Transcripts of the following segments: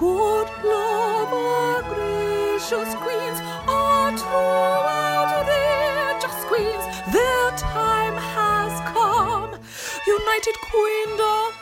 Good love, our gracious queens, are throughout their just queens. Their time has come. United Queendom.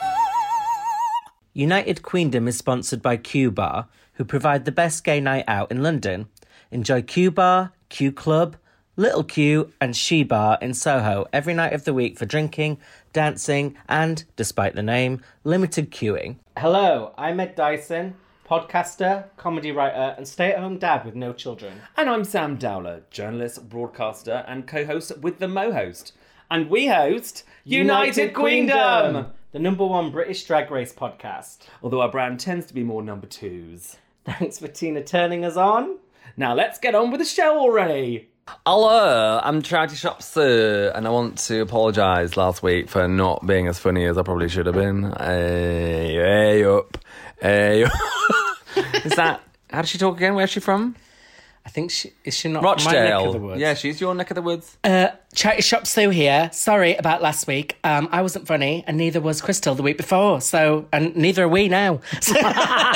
United Queendom is sponsored by Q Bar, who provide the best gay night out in London. Enjoy Q Bar, Q Club, Little Q, and She Bar in Soho every night of the week for drinking, dancing, and, despite the name, limited queuing. Hello, I'm Ed Dyson, podcaster, comedy writer, and stay at home dad with no children. And I'm Sam Dowler, journalist, broadcaster, and co host with The Mo Host. And we host United, Queendom. the number one British drag race podcast. Although our brand tends to be more number twos. Thanks for Tina turning us on. Now let's get on with the show already. Hello, I'm Charity Shop Sue, and I want to apologise last week for not being as funny as I probably should have been. Hey, hey up, hey up. Is that how does she talk again? Where's she from? I think she is she not Rochdale. my neck of the woods? Yeah, she's your neck of the woods. Charity Shop Sue here. Sorry about last week. Um, I wasn't funny, and neither was Crystal the week before. So, and neither are we now.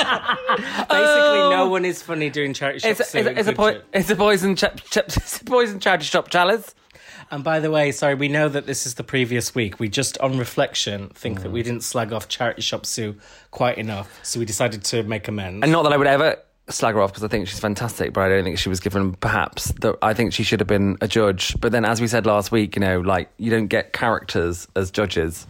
Basically, no one is funny doing charity shops. It's, a- it's, a- it's a point. po- it's a poison chap chap it's a poison charity shop chalice. And by the way, sorry, we know that this is the previous week. We just, on reflection, think that we didn't slag off Charity Shop Sue quite enough, so we decided to make amends. And not that I would ever slag her off because I think she's fantastic, but I don't think she was given perhaps the I think she should have been a judge. But then, as we said last week, you know, like you don't get characters as judges.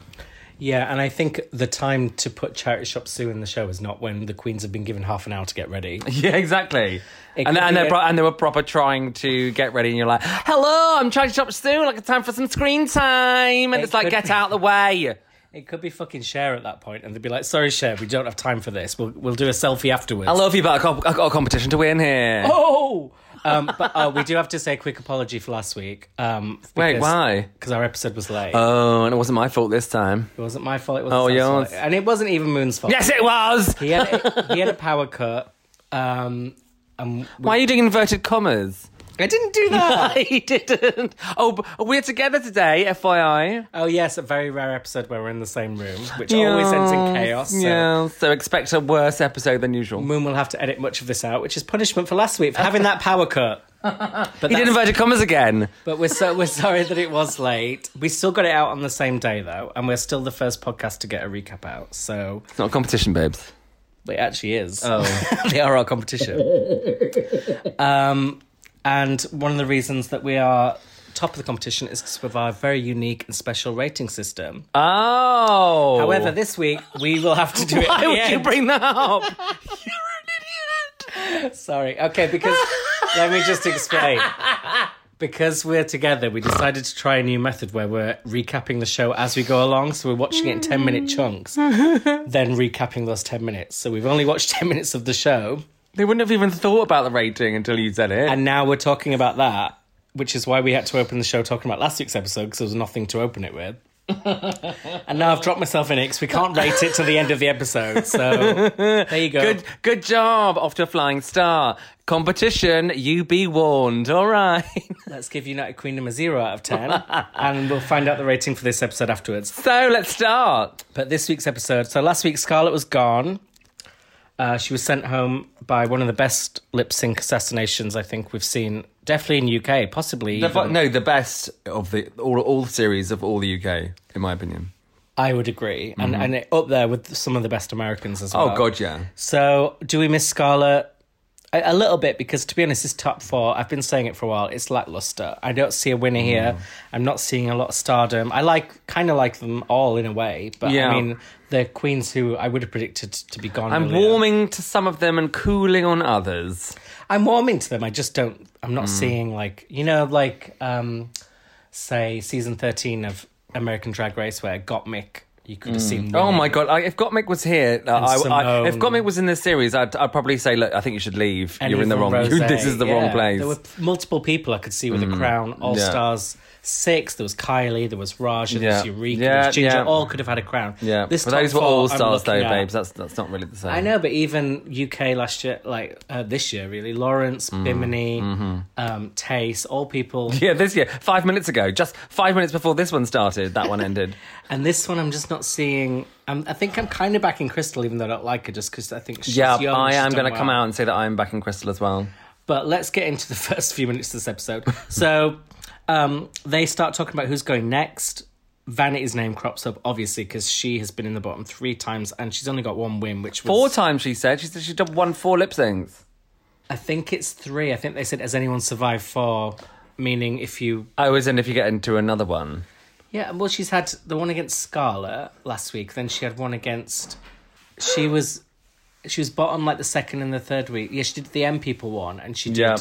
yeah, and I think the time to put Charity Shop Sue in the show is not when the queens have been given half an hour to get ready. Yeah, exactly. and could and, be they're a- pro- and they were proper trying to get ready, and you're like, "Hello, I'm trying to shop soon. Like, it's time for some screen time." And It it's like, could "Get be. out the way." It could be fucking Cher at that point, and they'd be like, "Sorry, Cher, we don't have time for this. We'll we'll do a selfie afterwards." I love you, but I got, I got a competition to win here. Oh, um, but uh, we do have to say a quick apology for last week. Um, Wait, why? Because our episode was late. Oh, and it wasn't my fault this time. it wasn't my fault. It wasn't Oh, Sam's fault. yours. and it wasn't even Moon's fault. Yes, it was. he had a, he had a power cut. Um, and we- Why are you doing inverted commas? I didn't do that. he didn't. Oh, but we're together today, FYI. oh yes, a very rare episode where we're in the same room, which always ends in chaos. So. Yeah, so expect a worse episode than usual. Moon will have to edit much of this out, which is punishment for last week for having that power cut. But he did that's- inverted commas again. But we're so we're sorry that it was late. We still got it out on the same day though, and we're still the first podcast to get a recap out. So Oh. It's not a competition, babes. it actually is. they are our competition. um, and one of the reasons that we are top of the competition is because of our very unique and special rating system. Oh. However, this week we will have to do it. at why the would you end. bring that up? Sorry. Okay, because let me just explain. Because we're together, we decided to try a new method where we're recapping the show as we go along. So we're watching it in 10 minute chunks, then recapping those 10 minutes. So we've only watched 10 minutes of the show, They wouldn't have even thought about the rating until you said it. and now we're talking about that, which is why we had to open the show talking about last week's episode because there was nothing to open it with. and now I've dropped myself in it because we can't rate it to the end of the episode. So there you go. good, good job, off to a flying star. Competition, you be warned. All right. Let's give United Queendom a zero out of 10, and we'll find out the rating for this episode afterwards. so let's start. But this week's episode so last week, Scarlett was gone. Uh, she was sent home by one of the best lip sync assassinations I think we've seen, definitely in UK, possibly. The, even- no, the best of the all, all series of all the UK, in my opinion. I would agree. And, and it, up there with some of the best Americans as well. Mm-hmm. Oh God, yeah. So, do we miss Scarlett? A, a little bit because, to be honest, this top four, I've been saying it for a while, it's lackluster. I don't see a winner Mm. here. I'm not seeing a lot of stardom. I like, kind of like them all in a way, but Yeah. I mean, they're queens who I would have predicted to be gone. I'm earlier. warming to some of them and cooling on others. I'm warming to them. I just don't, I'm Mm. not seeing like, you know, like, um, say, season 13 of American Drag Race where Gottmik, you could have seen. Oh winning. my god! I, if Gottmik was here, uh, I, I, if Simone. Gottmik was in this series, I'd, I'd probably say, look, I think you should leave. Any You're in the from wrong. Rosé, this is the yeah. wrong place. Mm. There were p- multiple people I could see with a crown. All Yeah. Stars six. There was Kylie. There was Raja. There was Yeah. Eureka. Yeah, there was Ginger. yeah. All could have had a crown. yeah, This but top those were four all I'm stars, though, looking at- babes. That's that's not really the same. I know, but even UK last year, like uh, this year, really, Lawrence, Mm. Bimini, Mm-hmm. um, Tace, all people. Yeah, this year, five minutes ago, just five minutes before this one started, that one ended. And this one, I'm just not seeing. Um, I think I'm kind of backing Crystal, even though I don't like her, just because I think she's Yeah, young, I she's am done going to come well. out and say that I'm back in Crystal as well. But let's get into the first few minutes of this episode. so um, they start talking about who's going next. Vanity's name crops up, obviously, because she has been in the bottom three times and she's only got one win, which was. Four times she said. She said she'd done one four lip syncs. I think it's three. I think they said, has anyone survived four? Meaning, if you. Oh, as in if you get into another one. Yeah, well, she's had the one against Scarlet last week, then she had one against. She was. She was bottom like the second and the third week. Yeah, she did the M people one, and she did. Yeah.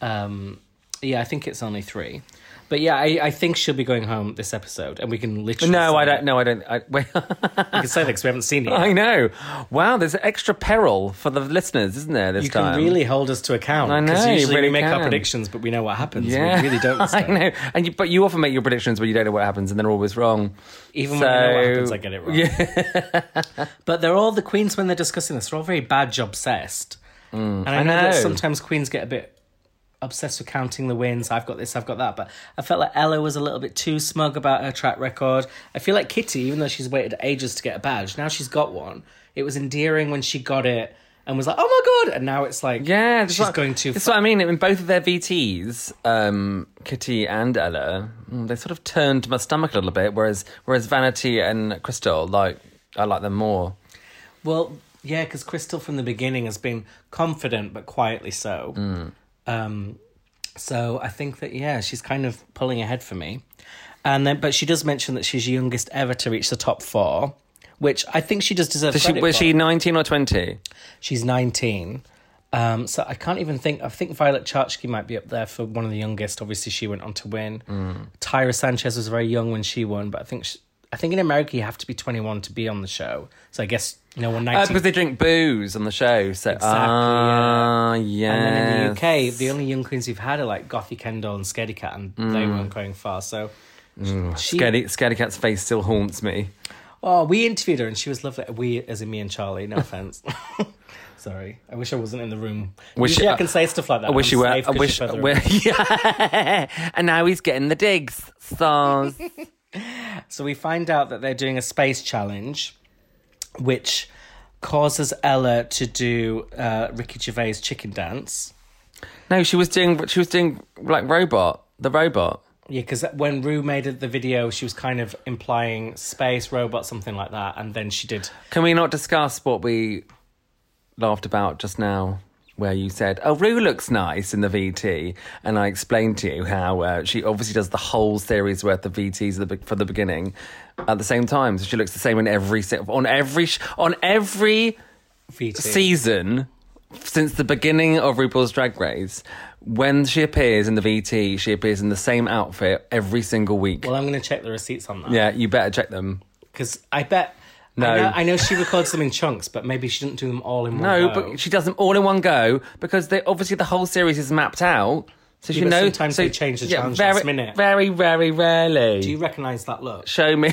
Um, yeah, I think it's only three. But yeah, I, I think she'll be going home this episode, and we can literally. No, say I that. don't. No, I don't. I, wait, We can say that because we haven't seen it. Yet. I know. Wow, there's extra peril for the listeners, isn't there? This You time, can really hold us to account. I know, 'cause you Usually really we make our can. predictions, but we know what happens. yeah, We really don't. this I time. know. And you, but you often make your predictions when you don't know what happens, and they're always wrong. Even when I know what So- happens, I get it wrong. but they're all the queens when they're discussing this. They're all very badge obsessed. and Mm. I, know, that know. sometimes queens get a bit obsessed with counting the wins. I've got this, I've got that. But I felt like Ella was a little bit too smug about her track record. I feel like Kitty, even though she's waited ages to get a badge, now she's got one. It was endearing when she got it and was like, "Oh my god!" And now it's like, Yeah, that's she's what- going too. That's far. what I mean. In both of their VTs, um, Kitty and Ella, mm, they sort of turned my stomach a little bit. Whereas, whereas Vanity and Crystal, like, I like them more. Well, yeah, because Crystal from the beginning has been confident but quietly so. Mm. Um, so I think that yeah, she's kind of pulling ahead for me. And then, but she does mention that she's youngest ever to reach the top four, which I think she just deserves. Does she, credit was for. she nineteen or twenty? Uh, She's nineteen. Um, so I can't even think. I think Violet Chachki might be up there for one of the youngest. Obviously, she went on to win. Mm. Tyra Sanchez was very young when she won, but I think she, I think in America you have to be twenty one to be on the show. So I guess no one Uh, nineteen because they drink booze on the show. So, Exactly, Ah, yeah. yeah. And then in the UK, the only young queens we've had are like Gothy Kendall and Scaredy Cat, and they weren't going far. So, she, Scaredy, Scaredy Cat's face still haunts me. oh, we interviewed her and she was lovely. We, as in me and Charlie, no offense. Sorry, I wish I wasn't in the room. Wish- Usually I uh, can say stuff like that. I wish I'm you were. safe I 'cause wish. you're further we're- away. yeah. And now he's getting the digs. So So we find out that they're doing a space challenge, which causes Ella to do uh, Ricky Gervais' chicken dance. no, she was doing. She was doing like robot. The robot. Yeah, because when Rue made the video, she was kind of implying space, robot, something like that, and then she did. Can we not discuss what we laughed about just now? Where you said, "Oh, Rue looks nice in the VT," and I explained to you how uh, she obviously does the whole series worth of VTs at the, be- for the beginning at the same time, so she looks the same in every se- on every sh- on every VT. season since the beginning of RuPaul's Drag Race. When she appears in the VT, she appears in the same outfit every single week. Well, I'm going to check the receipts on that yeah, you better check them. because I bet. No. I know, I know she records them in chunks, but maybe she didn't do them all in one. No, go. but she does them all in one go because they obviously the whole series is mapped out. So she but knows. sometimes so, they change the challenge very, last minute. Very, very rarely. do you recognise that look? Show me.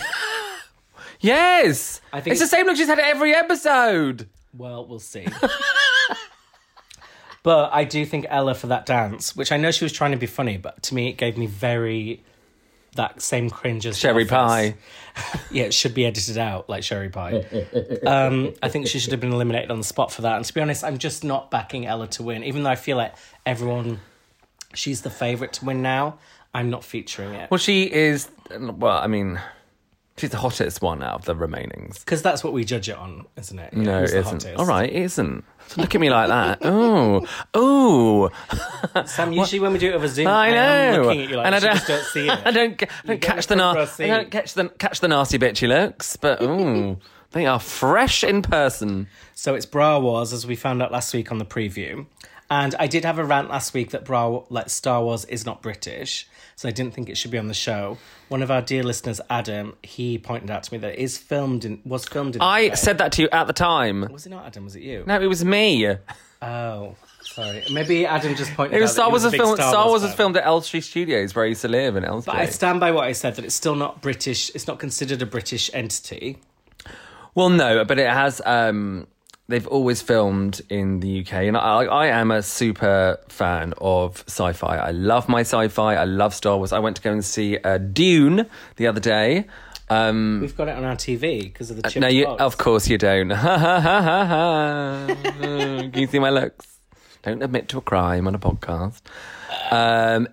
yes, I think it's, it's- the same look she's had every episode. Well, we'll see. but I do think Ella for that dance, which I know she was trying to be funny, but to me it gave me very that same cringe as Cherry Office. pie. Yeah, it should be edited out like Sherry Pie. um, I think she should have been eliminated on the spot for that. And to be honest, I'm just not backing Ella to win, even though I feel like everyone, she's the favourite to win now. I'm not featuring it. Well, she is. Well, I mean, she's the hottest one out of the remainings. Because that's what we judge it on, isn't it? No, Who's it the isn't. hottest? All right, it isn't. So look at me like that. Oh, oh. Sam, usually when we do it over Zoom, I, I know. am looking at you like And I she don't- just don't see it. I don't, ca- I don't get catch the the front na- row I don't seat. catch the catch the nasty bitchy looks, but ooh, they are fresh in person. So it's Bra Wars, as we found out last week on the preview. And I did have a rant last week that Bra like Star Wars is not British, so I didn't think it should be on the show. One of our dear listeners, Adam, he pointed out to me that it is filmed in was filmed in. I the UK. said that to you at the time. was it not Adam? Was it you? No, it was me. It Oh, sorry. Maybe Adam just pointed. was out Star that Wars was he was a big filmed. Star Wars was fan. filmed at Elstree Studios, where I used to live in But I Elstree. stand by what I said that it's still not British. It's not considered a British entity. well, no, but it has. Um, they've always filmed in the UK, and I, I am a super fan of sci-fi. I love my sci-fi. I love Star Wars. I went to go and see uh, Dune the other day. Um, We've got it on our TV because of the chip. Uh, no, you, oh, of course you don't. Ha ha ha ha ha. Can you see my looks? Don't admit to a crime on a podcast. Um,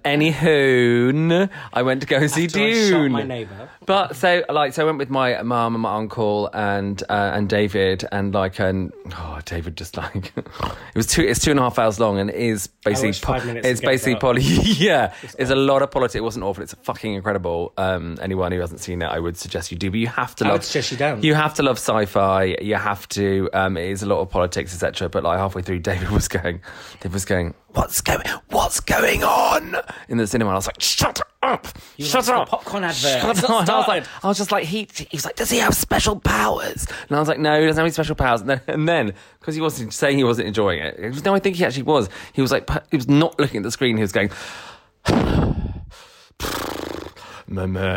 anywho, I went to go see I shot Dune. my neighbour. But so like so I went with my mum and my uncle and uh, and David and like and oh David just like it was two it's two and a half hours long and it is basically watched five minutes it's and gave basically up. poly yeah it's a lot of politics it wasn't awful it's fucking incredible um anyone who hasn't seen it I would suggest you do but you have to love would suggest you don't. you have to love sci-fi you have to um it is a lot of politics etc but like halfway through David was going David was going what's going what's going on in the cinema and I was like shut up shut like the up popcorn advert. shut It's not up and I was started. like I was just like, he, he was like, does he have special powers? And I was like, no, he doesn't have any special powers. And then, and then because he wasn't saying he wasn't enjoying it, he was, no, I think he actually was. He was like, pu- he was not looking at the screen. He was going, at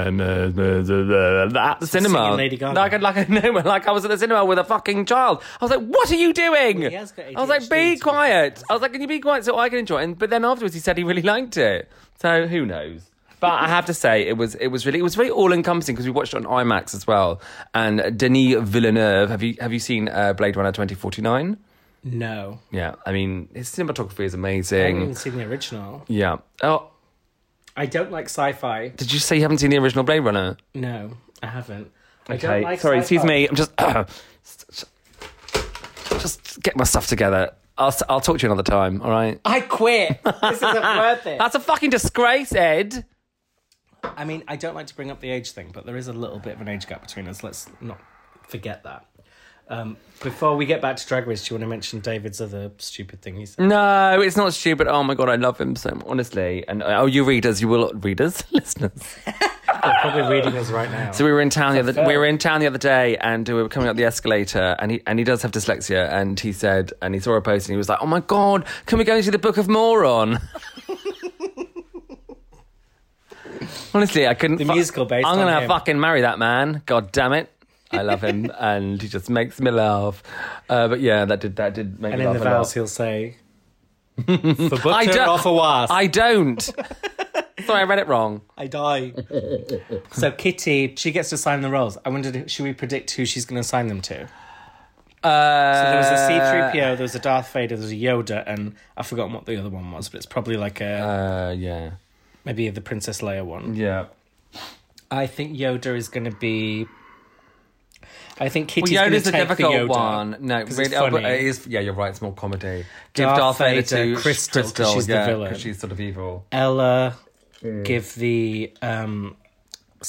the cinema. Singing Lady Gaga. Like, a- like, a, no, like I was at the cinema with a fucking child. I was like, what are you doing? he has got I was like, ADHD, be to be quiet. I was like, can you be quiet so I can enjoy it? And, but then afterwards, he said he really liked it. So who knows? But I have to say, it was it was really it was very all encompassing because we watched it on IMAX as well. And Denis Villeneuve, have you have you seen uh, Blade Runner twenty forty nine? No, Yeah, I mean his cinematography is I haven't even amazing. seen the original. Yeah. Oh, I don't like sci-fi. did you say you haven't seen the original Blade Runner? No, I haven't. I Okay, don't like sorry, sci-fi. excuse me. I'm just just get my stuff together. I'll I'll talk to you another time. All right. I quit. This isn't worth it. That's a fucking disgrace, Ed. I mean, I don't like to bring up the age thing, but there is a little bit of an age gap between us. Let's not forget that. Um, before we get back to Drag Race, do you want to mention David's other stupid thing he said? No, it's not stupid. Oh my god, I love him so honestly. And oh, you readers, you will readers, listeners. Probably reading us right now. So we were in town the other we were in town the other day, and we were coming up the escalator, and he and he does have dyslexia, and he said, and he saw a post, and he was like, "Oh my god, can we go and see the Book of Moron?" Honestly, I couldn't. The musical based I'm on gonna him. fucking marry that man. God damn it. I love him, and he just makes me laugh. Uh, but yeah, that did that did make and me in laugh the a lot. vows, he'll say, "For I butter don't- or for was, I, I don't. Sorry, I read it wrong. die." so Kitty, she gets to sign the roles. I wondered, should we predict who she's going to sign them to? Uh, There was a C3PO, there was a Darth Vader, there was a Yoda, and I've forgotten what the other one was, but it's probably like a Uh, yeah. maybe the Princess Leia one. Yeah. I think Yoda is going to be. I think Kitty's Well, going Yoda's to a take difficult the Yoda. one. No, it's really, oh, but funny. it is. Yeah, you're right. It's more comedy. Darth Vader, Crystal, 'cause she's the yeah, villain. 'cause she's sort of evil. Ella Mm. give the um,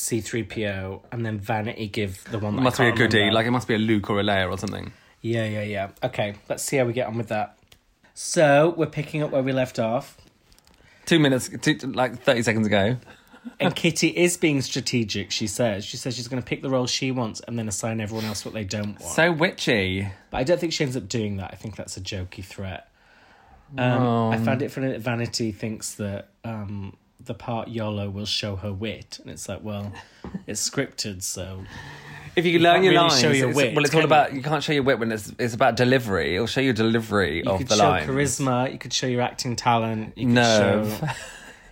C3PO, and then Vanity give the one. That I must be a can't goodie. remember. Like it must be a Luke or a Leia or something. yeah, yeah, yeah. Okay, let's see how we get on with that. So we're picking up where we left off, Two minutes, two, like thirty seconds ago. and Kitty is being strategic. She says she says she's going to pick the role she wants and then assign everyone else what they don't want. So witchy. But I don't think she ends up doing that. I think that's a jokey threat. Um, I found it funny that Vanity thinks that um, the part YOLO will show her wit. And it's like, well, it's scripted, so. If you, learn can't your really lines, show your it's- wit, well, it's can all you? about you can't show your wit when it's it's about delivery. It'll show your delivery You of could the show line. charisma, you could show your acting talent, you could Nerve. show.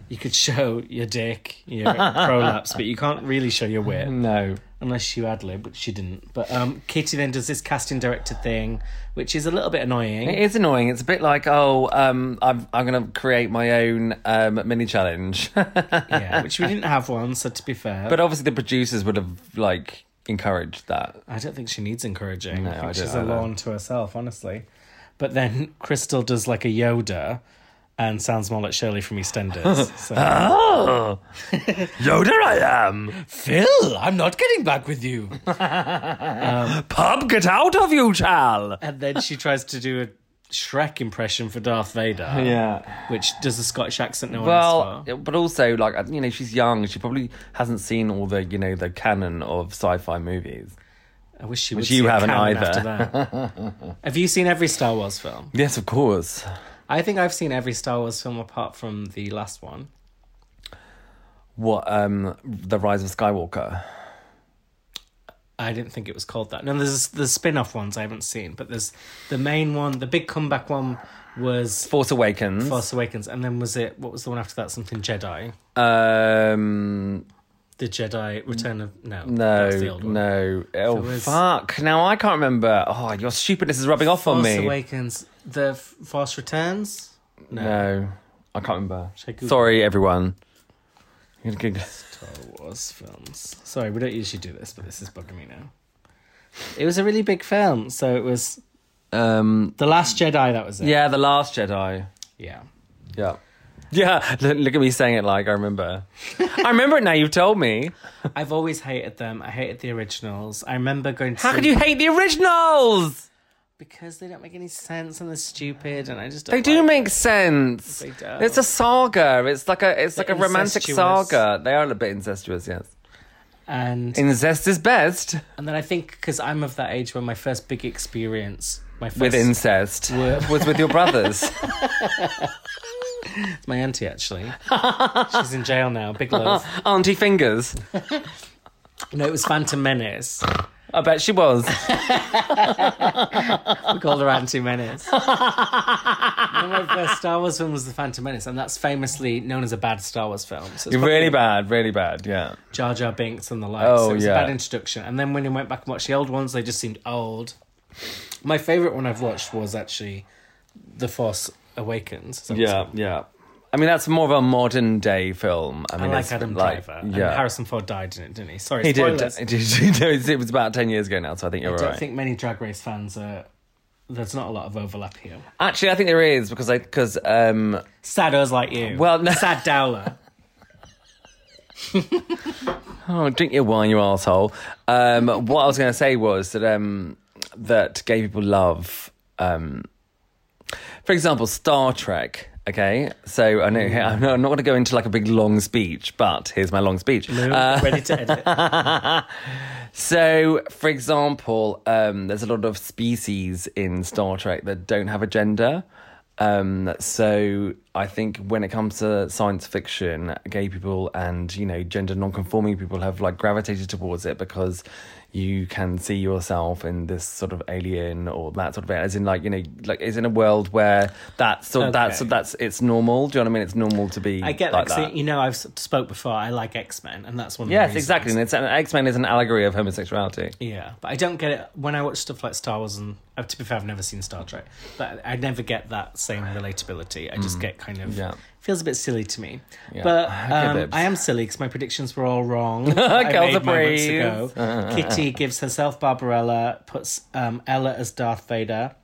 You could show your dick, your prolapse, but you can't really show your wit. No. unless you ad lib, which she didn't. But um, Katie then does this casting director thing, which is a little bit annoying. It is annoying. It's a bit like, oh, um, I'm, I'm going to create my own um, mini challenge. yeah, which we didn't have one, so to be fair, But obviously, the producers would have like encouraged that. I don't think she needs encouraging. I think I she's a don't either. lawn to herself, honestly. But then Crystal does like a Yoda and sounds more like Shirley from EastEnders. So, Oh, Yoda, I am. Phil, I'm not getting back with you. Pub, get out of you, chal. And then she tries to do a Shrek impression for Darth Vader, Yeah. which does a Scottish accent no one Well, else for. but also like you know, she's young. She probably hasn't seen all the you know the canon of sci-fi movies. I wish she would. you see a haven't canon either. After that. Have you seen every Star Wars film? Yes, of course. I think I've seen every Star Wars film apart from the last one. What um, the Rise of Skywalker? I didn't think it was called that. No, there's the spin-off ones I haven't seen, but there's the main one, the big comeback one was Force Awakens. Force Awakens, and then was it what was the one after that? Something Jedi. Um, The Jedi Return of No. No, that's the old one. no. Oh, was- fuck. Now I can't remember. Oh, your stupidness is rubbing off on Force me. Awakens. The F- Force Returns. No. I can't remember. I Google Sorry, everyone. You can Google- Star Wars films. Sorry, we don't usually do this, but this is bugging me now. It was a really big film, so it was Um, The Last Jedi. That was it. yeah, The Last Jedi. Yeah. Yeah. Yeah, look, look at me saying it like I remember. I remember it now, you've told me. I've always hated them. I hated the originals. I remember going to How see- could you hate the originals? Because they don't make any sense and they're stupid and I just don't They do like make sense. They don't. It's a saga. It's like a it's like a romantic incestuous. saga. They are a bit incestuous, yes. and Incest is best and then I think because I'm of that age when my first big experience, my first with incest. Was with your brothers. my auntie actually, she's in jail now. Big love. Auntie fingers. No, it was Phantom Menace. I bet she was. We called her Auntie Menace. One of my first Star Wars film was The Phantom Menace, and that's famously known as a bad Star Wars film. So it's probably really bad, really bad, yeah. Jar Jar Binks and the like. Oh, so it was yeah. a bad introduction. And then when I went back and watched the old ones, they just seemed old. My favourite one I've watched was actually The Force Awakens. So it's- Yeah, yeah. I mean that's more of a modern day film. I I, mean like it's Adam like- Driver. And Yeah. Harrison Ford died in it, didn't he? Sorry, He did. spoilers. He did. No, it's- It was about 10 years ago now, so I think you're I right. don't think many Drag Race fans are. There's not a lot of overlap here. Actually, I think there is because I because um Saddos like you. Well, no- Sad Dowler. oh drink your wine, you asshole. Um, what I was going to say was that um that gay people love um, for example, Star Trek. Okay, so I know I'm not, going to go into like a big long speech, but here's my long speech. Ready to edit. So, for example, um, there's a lot of species in Star Trek that don't have a gender. Um, so, I think when it comes to science fiction, gay people and you know gender non-conforming people have like gravitated towards it because you can see yourself in this sort of alien or that sort of as in like you know like is in a world where that's sort that's Okay. that's it's normal. Do you know what I mean? It's normal to be. I get like that. 'cause that. You know, I've s- spoke before. I like X Men, and that's one. of the Yes, reasons. exactly. And it's an X Men is an allegory of homosexuality. Yeah, but I don't get it when I watch stuff like Star Wars, and uh, to be fair, I've never seen Star Trek, but I never get that same relatability. I just get kind of Mm. Yeah. feels a bit silly to me. But um, bibs. I am silly because my predictions were all wrong. that I Girls made are moments brave. ago. Kitty gives herself Barbarella, puts um, Ella as Darth Vader,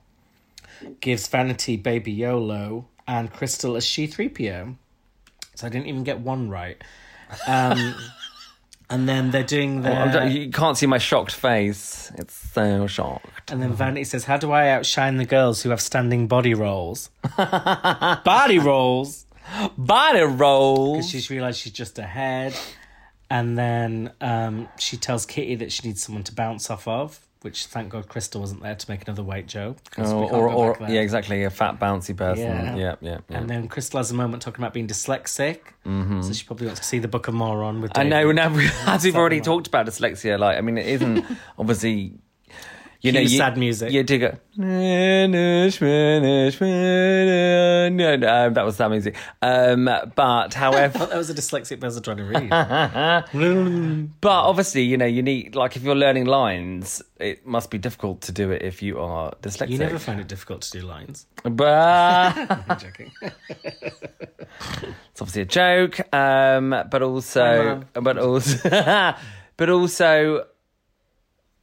gives Vanity Baby Yolo, and Crystal as She Three PO. So I didn't even get one right. Um, and then they're doing their. Oh, I'm d- you can't see my shocked face. It's so shocked. And then Vanity says, How do I outshine the girls who have standing body rolls? body rolls! Body roll. She's realised she's just ahead. And then um, she tells Kitty that she needs someone to bounce off of, which thank God Crystal wasn't there to make another weight joke. 'cause we Or, can't Oh, or, go or back there. yeah, exactly. A fat bouncy person. Yeah, Yeah. yeah, yeah. And then Crystal has a moment talking about being dyslexic. So she probably wants to see the Book of Moron with Mm-hmm. I David. know. Now, we- as we've already like- talked about dyslexia, like I mean, it isn't obviously. You know, Cue you, sad music. You do go. "Manish, manish, manish." No, no, that was sad music. Um, but however, That was a dyslexic person trying to read. But obviously, you know, you need like if you're learning lines, it must be difficult to do it if you are dyslexic. you never find it difficult to do lines. But I'm joking. it's obviously a joke. Um, but also, but also, but also,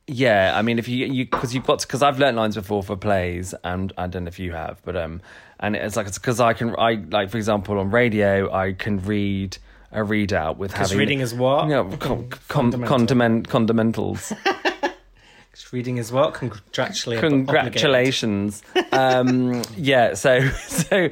yeah. I mean, if you you because you've got because I've learnt lines before for plays, and I don't know if you have, but um, and it's like it's because I can I like for example on radio I can read a readout with having reading is what? you know, com, com, condiment, condimentals. Reading as well. Congratulate. congratulations um yeah so so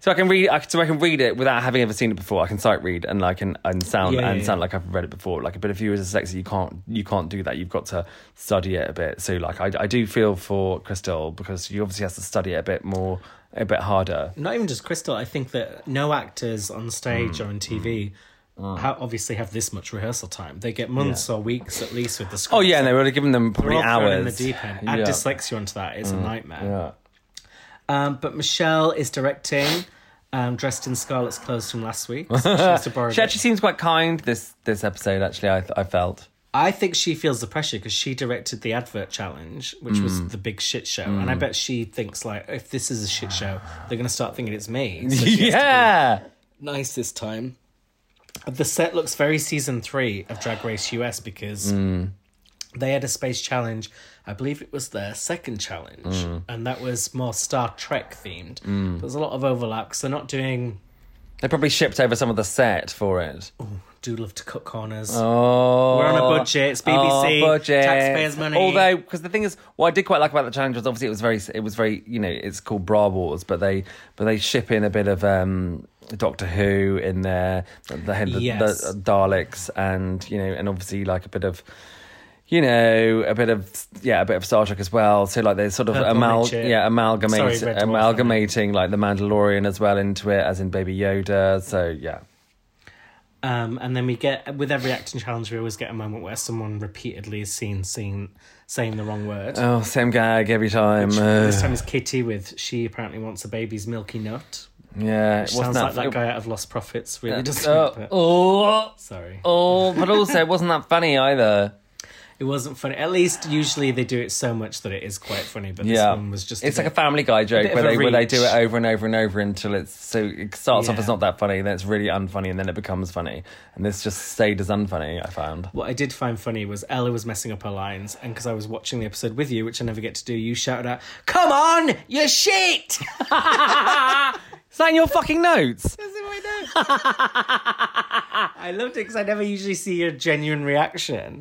so i can read I, can- so i can read it without having ever seen it before i can sight read and like and, and sound Yeah, yeah, and yeah. sound like i've read it before like but if you as a sexy you can't you can't do that you've got to study it a bit so like i, I do feel for crystal because you obviously has to study it a bit more a bit harder not even just Crystal. I think that no actors on stage Mm, or on TV ha- obviously have this much rehearsal time. They get months or weeks at least with the script. oh yeah and they would have given them They're probably all thrown hours in the deep end. Add yeah. Mm, dyslexia onto that, it's a nightmare. yeah Um, but Michelle is directing. um, dressed in Scarlet's clothes from last week. So she has to borrow. She them. actually seems quite kind this this episode. Actually, I I felt. I think she feels the pressure because she directed the advert challenge, which Mm. was the big shit show, and I bet she thinks like, if this is a shit show, they're going to start thinking it's me. So she has to yeah. nice this time. The set looks very season three of Drag Race US because they had a space challenge. I believe it was their second challenge, and that was more Star Trek themed. There's a lot of overlap 'cause they're not doing They probably shipped over some of the set for it. do love to cut corners. Oh, We're on a budget. It's BBC, taxpayers' money. Although, because the thing is, what I did quite like about the challenge was obviously it was very, it was very, you know, it's called Bra Wars, but they, but they ship in a bit of um Doctor Who in there, the, the, the- Yes. the Daleks, and you know, and obviously like a bit of. You know, a bit of yeah, a bit of Star Trek as well. So like, there's sort of Purple amal- Midget. yeah, amalgamating, Sorry, Red Dwarf, amalgamating like the Mandalorian as well into it, as in Baby Yoda. So yeah, Um, and then we get with every acting challenge, we always get a moment where someone repeatedly is seen, seen saying the wrong word. oh, same gag every time. Ugh. this time is Kitty with she apparently wants a baby's milky nut. Yeah, it wasn't Sounds like that it- guy out of Lost Profits, really doesn't it? Oh, But- oh, Sorry. oh, but also it wasn't that funny either. It wasn't funny. At least usually they do it so much that it is quite funny, but this Yeah, one was just it's a like a bit- Family Guy joke bit where of a they where they reach. do it over and over and over until it's so it starts off Yeah. as not that funny, then it's really unfunny, and then it becomes funny, and this just stayed as unfunny. I found. what I did find funny was Ella was messing up her lines, and because I was watching the episode with you, which I never get to do, you shouted out, "Come on, you shit!" Is that in your fucking notes? I loved it because I never usually see your genuine reaction.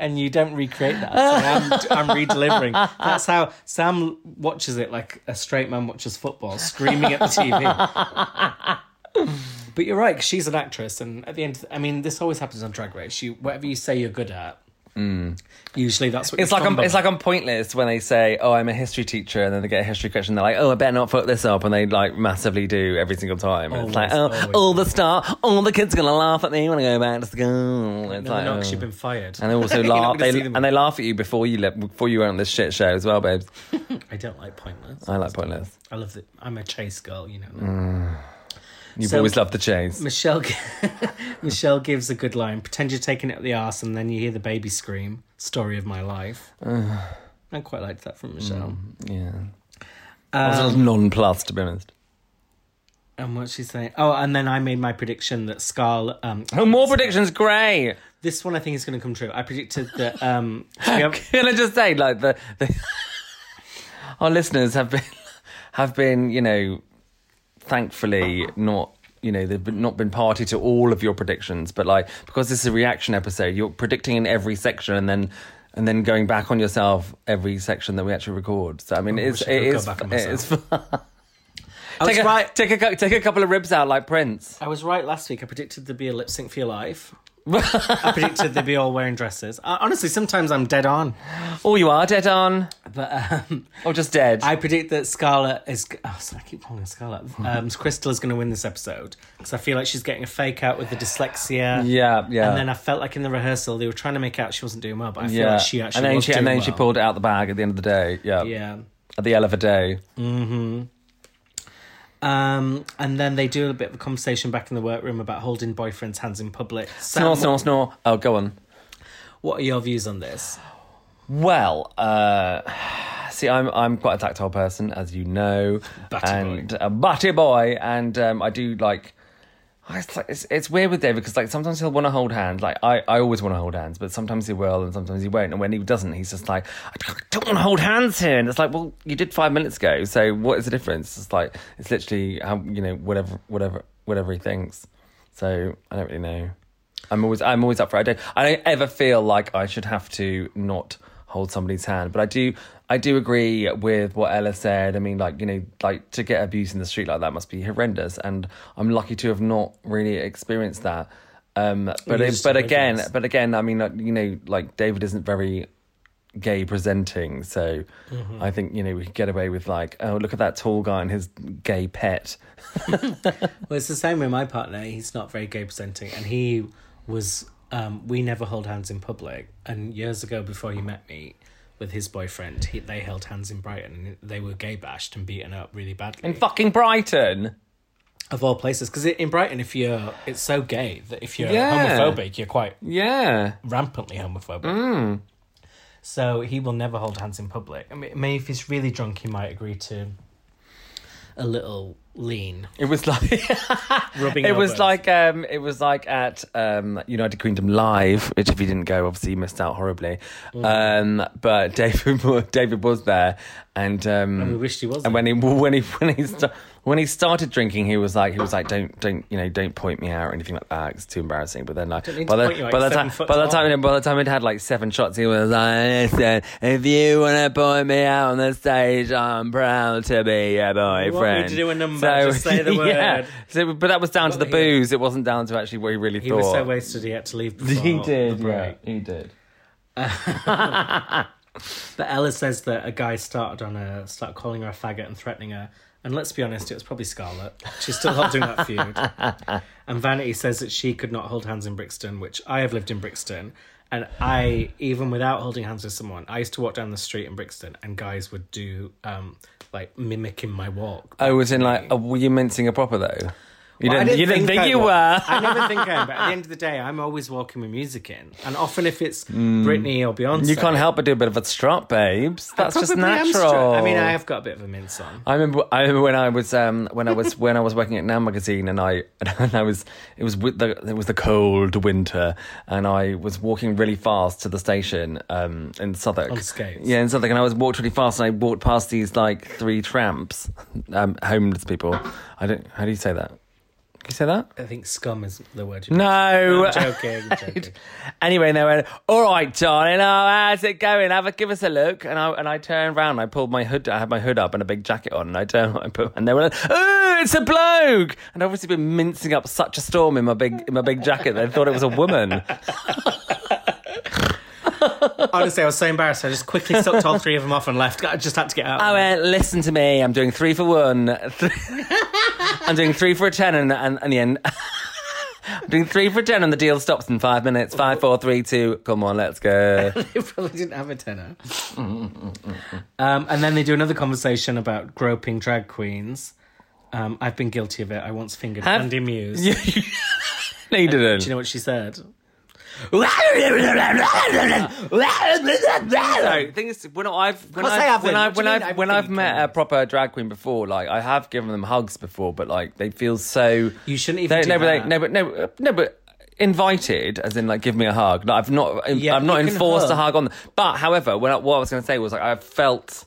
And you don't recreate that. So I'm, I'm re-delivering. That's how Sam watches it like a straight man watches football, screaming at the TV. but you're right, 'cause she's an actress, and at the end, I mean, this always happens on Drag Race. You, whatever you say you're good at, usually that's what Mm. It's you like I'm, fumble it's like at. I'm pointless when they say, "Oh, I'm a history teacher," and then they get a history question. They're like, "Oh, I better not fuck this up," and they like massively do every single time. And it's like, Always, "Oh, always. all the star, all the kids are gonna laugh at me when I go back to school." It's No, like, no, 'cause oh. you've been fired. And they also You're not laugh. They, gonna see them. and they laugh at you before you le- before you went on this shit show as well, babes. I don't like pointless. I like pointless. I love that. I'm a chase girl, you know. that. You've So- always loved the chase. Michelle, g- Michelle gives a good line. Pretend you're taking it up the arse, and then you hear the baby scream. Story of my life. I quite liked that from Michelle. Uh, Yeah. Mm. I was a little nonplussed, to be honest. And what she's saying. Oh, and then I made my prediction that Scarlet. Um, Oh, more predictions, great. this one I think is going to come true. I predicted that. Um, we have- Can I just say, like the, the our listeners have been have been, you know, thankfully not. You know they've been, not been party to all of your predictions, but like because this is a reaction episode, you're predicting in every section and then and then going back on yourself every section that we actually record. So I mean, it's wish I it could Oh, go is back on it is myself. I take was a, right. take a cou- take a couple of ribs out like Prince. I was right last week. I predicted there'd be a lip sync for your life. I predicted they'd be all wearing dresses. Uh, honestly, sometimes I'm dead on. Oh, you are dead on, But um, or just dead. I predict that Scarlet is. Oh, sorry, I keep calling her Scarlet. Um, Crystal is going to win this episode because I feel like she's getting a fake out with the dyslexia. yeah, yeah. And then I felt like in the rehearsal they were trying to make out she wasn't doing well, but I feel yeah, like she actually and then was she doing and then well. she pulled it out the bag at the end of the day. Yeah, Yeah. at the end of the day. Um, and then they do a bit of a conversation back in the workroom about holding boyfriends' hands in public. Sam, Snore, snore, snore. Oh, go on. what are your views on this? Well, uh, see, I'm I'm quite a tactile person, as you know, Batty and a batty boy, and um, I do like. I- It's, like, it's it's weird with David because like sometimes he'll want to hold hands. Like I, I always want to hold hands, but sometimes he will and sometimes he won't. And when he doesn't, he's just like, I don't want to hold hands here. And it's like, well, you did five minutes ago, so what is the difference? It's like it's literally how you know whatever whatever whatever he thinks. So I don't really know. I'm always I'm always up for it. I don't I don't ever feel like I should have to not hold somebody's hand. But I do I do agree with what Ella said. I mean like, you know, like to get abuse in the street like that must be horrendous and I'm lucky to have not really experienced that. Um but you it, just but don't again notice. but again I mean like, you know like David isn't very gay presenting so I think you know we could get away with like oh look at that tall guy and his gay pet Well, it's the same with my partner. He's not very gay presenting, and he was. Um, we never hold hands in public. And years ago, before he met me with his boyfriend, he, they held hands in Brighton. and They were gay bashed and beaten up really badly. in fucking Brighton of all places. Because in Brighton, if you're, it's so gay that if you're Yeah. homophobic, you're quite Yeah. rampantly homophobic. Mm. So he will never hold hands in public. I mean, maybe if he's really drunk, he might agree to a little lean It was like rubbing. it was elbows. like um it was like at um United Kingdom Live, which if you didn't go, obviously you missed out horribly. Um but David wa- David was there and um we wished he was. and when he when he when he sta- when he started drinking, he was like he was like don't don't you know don't point me out or anything like that. It's too embarrassing. But then like need by to the point you out, by the you're time seven foot by the tall. time by the time he'd had like seven shots, he was like listen, if you want to point me out on the stage, I'm proud to be your boyfriend. do a number? Just say the Yeah. word. So, but that was down to the Well, he- booze. It wasn't down to actually what he really he thought. was so wasted he had to leave. Before the break. He did. But Ella says that a guy started on her, started calling her a faggot and threatening her. And let's be honest, it was probably Scarlett. She's still holding that feud. And Vanity says that she could not hold hands in Brixton, which I have lived in Brixton. And I, even without holding hands with someone, I used to walk down the street in Brixton and guys would do, um, like, mimicking my walk. I was in like, oh, were you mincing a proper though? You Well, I didn't. you didn't think, I you was. were. I never think I am, but at the end of the day, I'm always walking with music in. And often if it's Britney or Beyonce. Hmm. You can't help but do a bit of a strut, babes. That's just natural. I mean, I have got a bit of a mince on. I remember. I remember when I was um, when I was when I was working at Now magazine, and I and I was it was with the it was the cold winter, and I was walking really fast to the station um, in Southwark. On skates. Yeah, in Southwark, and I was walked really fast, and I walked past these like three tramps, um, homeless people. I don't. How do you say that? Can you say that? I think scum is the word. You No. I'm joking. I'm joking. Anyway, and they went, all right, darling, oh, how's it going? Have a give us a look. And I and I turned round, and I pulled my hood, I had my hood up and a big jacket on, and I turned, I put, and they were like, oh, it's a bloke. And I'd obviously been mincing up such a storm in my big in my big jacket, they thought it was a woman. Honestly, I was so embarrassed. I just quickly sucked all three of them off and left. I just had to get out. I went, listen to me, I'm doing three for one. I'm doing three for a ten, and and, and the end. I'm doing three for ten, and the deal stops in five minutes. Five, four, three, two. Come on, let's go. they probably didn't have a tenner. um, and then they do another conversation about groping drag queens. Um, I've been guilty of it. I once fingered Have- Andy Muse. You- no, you didn't. Do you know what she said? Sorry, Um, the thing is, when I've when course I I've haven't. when I've What do when you mean I've, I've when been I've met a kindness? proper drag queen before, like I have given them hugs before, but like they feel so. You shouldn't even They, do no, but they, that. no, but no, uh, no, but invited, as in like give me a hug. No, I've not. Yeah, I've not you can enforced a hug. hug on them. But however, when I, what I was going to say was like I felt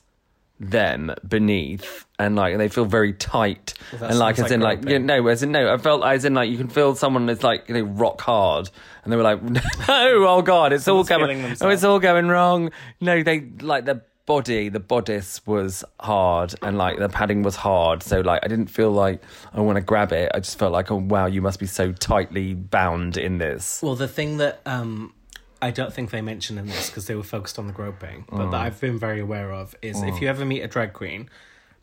them beneath and like they feel very tight that and like sounds as like in like you groping. know as in no I felt as in like you can feel someone that's like you know rock hard and they were like no oh god it's all going feeling oh themselves. it's all going wrong no they like the body the bodice was hard and like the padding was hard so like I didn't feel like I want to grab it I just felt like oh wow you must be so tightly bound in this Well, the thing that um, I don't think they mentioned in this because they were focused on the groping, but Mm. that I've been very aware of is if you ever meet a drag queen,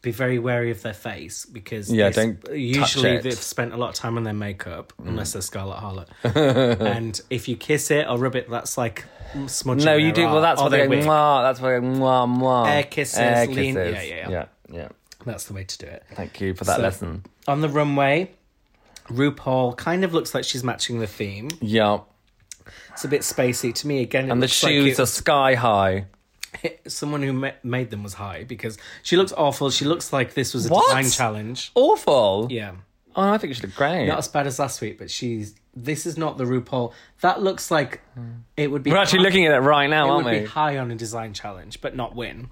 be very wary of their face because Yeah, they s- don't touch usually it. Mm. they've spent a lot of time on their makeup unless they're Scarlet Harlot, and if you kiss it or rub it, that's like smudging. no their you do art well that's or what they their go wig. mwah that's what they go mwah mwah Air kisses, lean- yeah, kisses. yeah, yeah. yeah yeah That's the way to do it. Thank you for that So- lesson. On the runway, RuPaul kind of looks like she's matching the theme. Yeah. It's a bit spacey to me again. it And the looks like shoes it- are sky high. someone who ma- made them was high because she looks awful. She looks like this was a What? design challenge. Awful. Yeah, Oh, I think she looked great. not as bad as last week, but she's. This is not the RuPaul. That looks like it would be. We're actually high- looking at it right now, It aren't would be we? high on a design challenge, but not win.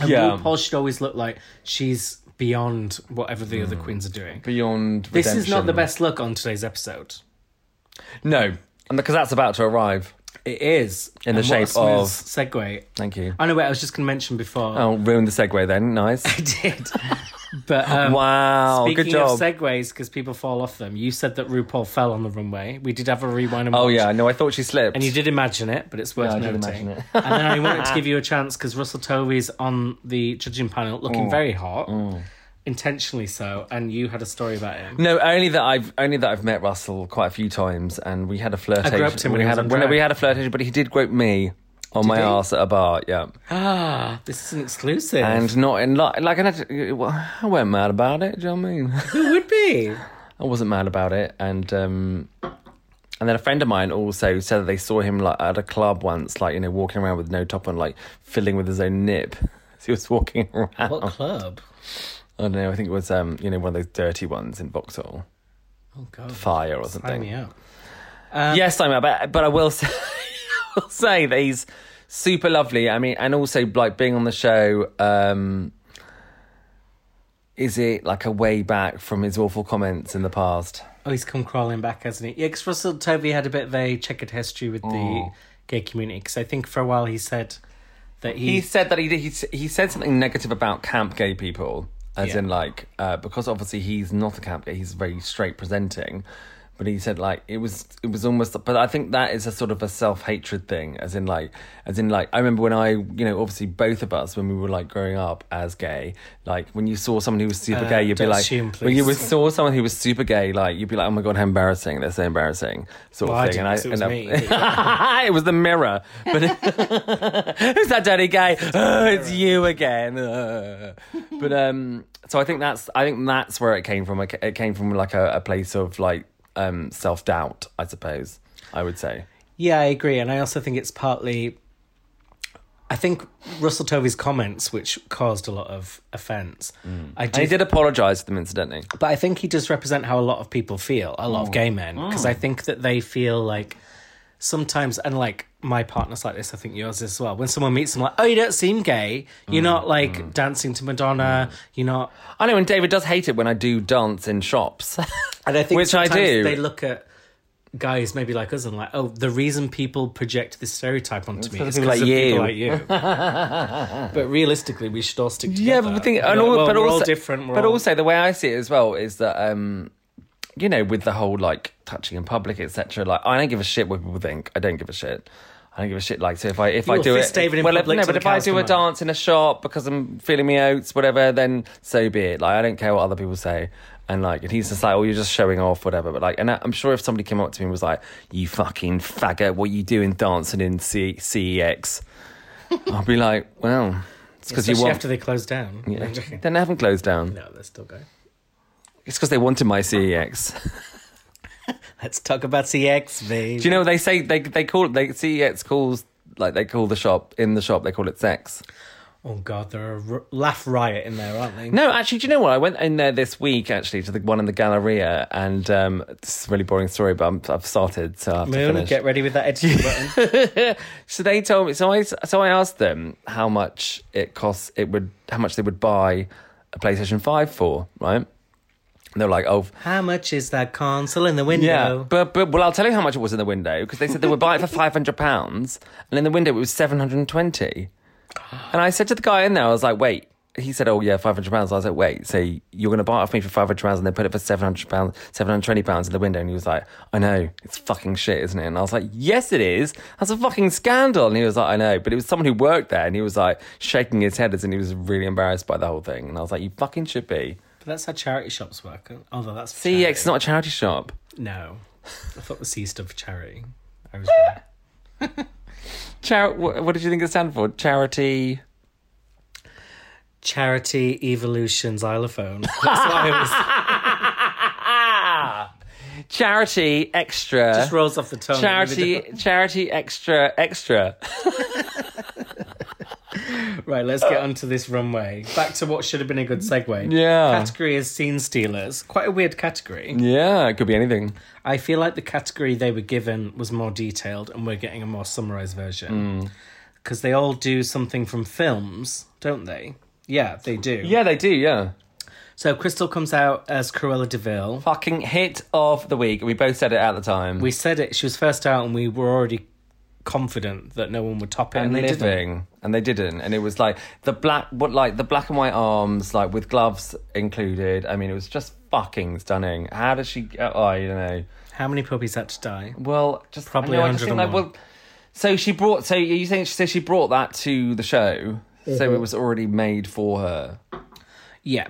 And Yeah. RuPaul should always look like she's beyond whatever the other queens are doing. Beyond This is not the Hmm. redemption. best look on today's episode. No, and because that's about to arrive. It is In the And what a shape smooth of- segue. Thank you. I know what I was just going to mention before. Oh, ruined the segue then. Nice. I did, but um, wow. Speaking Oh, good job. of segues, because people fall off them, you said that RuPaul fell on the runway. We did have a rewind and oh watch, yeah. No, I thought she slipped. and you did imagine it, but it's worth I did noting. imagine it. and then I wanted to give you a chance because Russell Tovey's on the judging panel, looking Mm. very hot, intentionally so, and you had a story about him. No, only that I've only that I've met Russell quite a few times, and we had a flirtation. groped him we when he had was a, on well, no, drag. we had a flirtation, but he did grope me on my he? ass at a bar. Yeah. Ah, this is an exclusive. and not in like, like I, had to- well, I weren't mad about it. Do you know what I mean? Who would be? really? I wasn't mad about it, and um, and then a friend of mine also said that they saw him like at a club once, like you know, walking around with no top on, like fiddling with his own nip. As he was walking around. What club? I don't know. I think it was um, you know, one of those dirty ones in Vauxhall, Oh god. fire or Sign something. me up. yes, I'm up, but, but I will say, I will say that he's super lovely. I mean, and also like being on the show. um is it like a way back from his awful comments in the past? Oh, he's come crawling back, hasn't he? Yeah, because Russell Tovey had a bit of a checkered history with the Mm. gay community. Because I think for a while he said that he, he said that he he he said something negative about camp gay people, as Yeah. in like uh, because obviously he's not a camp gay, he's very straight presenting. But he said like it was it was almost, but I think that is a sort of a self hatred thing, as in like as in like I remember when I you know obviously both of us when we were like growing up as gay, like when you saw someone who was super gay, you'd be Uh, don't like assume, when you please. saw someone who was super gay, like you'd be like oh my god how embarrassing, they're so embarrassing sort Well, I of thing. didn't, 'cause it was me. it was the mirror, but who's that dirty guy? Oh, it's you again. Uh. But um, so I think that's I think that's where it came from. It ca- it came from like a, a place of like um self doubt, I suppose. I would say. Yeah, I agree. And I also think it's partly. I think Russell Tovey's comments, which caused a lot of offence, I And he do, did apologise to them, incidentally. but I think he does represent how a lot of people feel, a lot of gay men, because I think that they feel like sometimes, and like my partner's like this, I think yours is as well. When someone meets them, like, oh, you don't seem gay, you're not like dancing to Madonna, you're not, I know, and David does hate it when I do dance in shops. and I think Which I sometimes do. They look at guys maybe like us and like, oh, the reason people project this stereotype onto me because is of because people of like people like you. but realistically, we should all stick yeah, together. but the thing, and We're all, like, well, but we're also, all different. We're but all- also the way I see it as well is that um, you know, with the whole like touching in public, etc. Like, I don't give a shit what people think. I don't give a shit. I don't give a shit. Like, so if I if I will do fist it, David in well, if- public no, till but if the I cows do a come home. dance in a shop because I'm feeling me oats, whatever, then so be it. Like, I don't care what other people say. And like, and he's just like, oh, you're just showing off, whatever. But like, and I, I'm sure if somebody came up to me and was like, you fucking faggot, what you doing dancing in C- CEX? I'll be like, well, it's because you especially want after they close down. No, I'm joking. then they haven't closed down. No, they're still going. It's because they wanted my E CEX. Let's talk about CX, babe. Do you know they say they they call it they CEX calls like they call the shop in the shop they call it sex. Oh God, there are a r- laugh riot in there, aren't they? No, actually, do you know what? I went in there this week actually to the one in the Galleria, and um, this is a really boring story, but I'm, I've started, so I have to Moon, finish. get ready with that edgy button. so they told me. So I so I asked them how much it costs. It would how much they would buy a PlayStation Five for, right? And they were like, oh. How much is that console in the window? Yeah, but but well, I'll tell you how much it was in the window because they said they would buy it for five hundred pounds, and in the window it was seven hundred and twenty. And I said to the guy in there, I was like, "Wait." He said, "Oh yeah, five hundred pounds." I was like, "Wait, so you're going to buy it off me for five hundred pounds and then put it for seven hundred pounds, seven hundred twenty pounds in the window?" And he was like, "I know, it's fucking shit, isn't it?" And I was like, "Yes, it is. That's a fucking scandal." And he was like, "I know," but it was someone who worked there, and he was like shaking his head as in he was really embarrassed by the whole thing. And I was like, "You fucking should be." But that's how charity shops work. Although that's for CEX charity. is not a charity shop. No, I thought the C stood for charity. I was wrong. Char- what, what did you think it stand for? Charity. charity evolution xylophone. That's what I was. Ah. charity extra Just rolls off the tongue. charity charity extra extra Right, let's get onto this runway. Back to what should have been a good segue. Yeah. Category is scene stealers. Quite a weird category. yeah it could be anything I feel like the category they were given was more detailed and we're getting a more summarized Hmm. version. Because they all do something from films, don't they? Yeah, they do. yeah they do yeah So Crystal comes out as Cruella Deville. fucking hit of the week we both said it at the time We said it, she was first out and we were already confident that no one would top it and, and they living didn't. and they didn't and it was like the black what like the black and white arms like with gloves included i mean it was just fucking stunning how does she oh i don't know How many puppies had to die? well just Probably I know, I just 100 think, and like, one. well so she brought so you think so she brought that to the show so it was already made for her Yeah.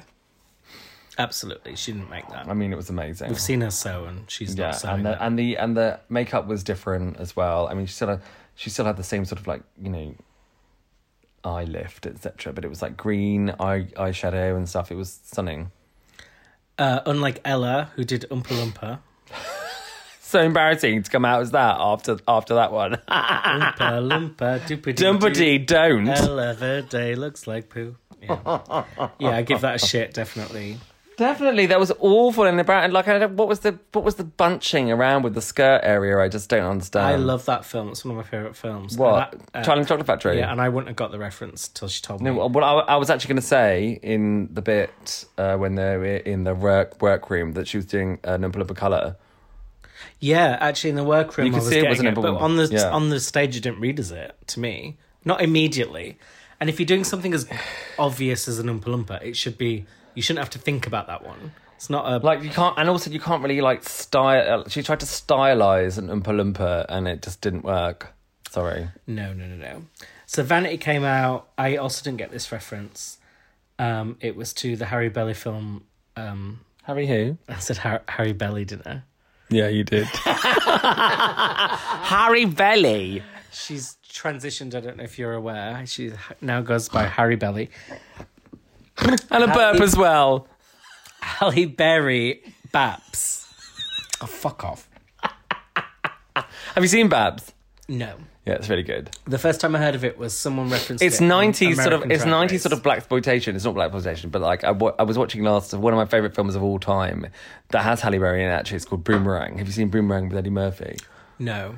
Absolutely. She didn't make that. i mean it was amazing I've seen her sew and she's Yeah, not sewing. and the, that. and the and the makeup was different as well. I mean, she still had, she still had the same sort of like you know eye lift etc. But it was like green eye eyeshadow and stuff. It was stunning. Uh, unlike Ella, who did Oompa Loompa. So embarrassing to come out as that after after that one. Oompa Loompa, doopity Somebody don't. Ella the day looks like poo. Yeah. yeah, I give that a shit, definitely. Definitely, that was awful in the brown. Like, I don't, what was the what was the bunching around with the skirt area? I just don't understand. I love that film. It's one of my favourite films. Um, what And that- uh, Charlie and the Chocolate Factory. yeah, and I wouldn't have got the reference till she told me. No, well, I, I was actually going to say in the bit uh, when they were in the work workroom that she was doing uh, Numpa Lumpa Colour. Yeah, actually, in the workroom, You I could was see it getting wasn't it, a but bubble. on the Yeah. on the stage, it didn't read as it to me. Not immediately. And if you're doing something as obvious as an Oompa Loompa, it should be you shouldn't have to think about that one. It's not a Like you can't, and also you can't really like style. uh, She tried to stylize an Oompa Loompa, and it just didn't work. Sorry. No, no, no, no. So Vanity came out. I also didn't get this reference. Um, it was to the Harry Belly film. Um, Harry who? I said Har- Harry Belly, didn't I? Yeah, you did. Harry Belly. She's transitioned. I don't know if you're aware. She now goes by Harry Belly. And a burp as well. Halle Berry Baps. Oh, fuck off. Have you seen Babs? No. Yeah, it's really good. The first time I heard of it was someone referenced It's it on nineties sort of. American It's Drag nineties Race. sort of black exploitation. It's not black exploitation, but like I wa- I was watching last one of my favorite films of all time that has Halle Berry in it. Actually, it's called Boomerang. Have you seen Boomerang with Eddie Murphy? No.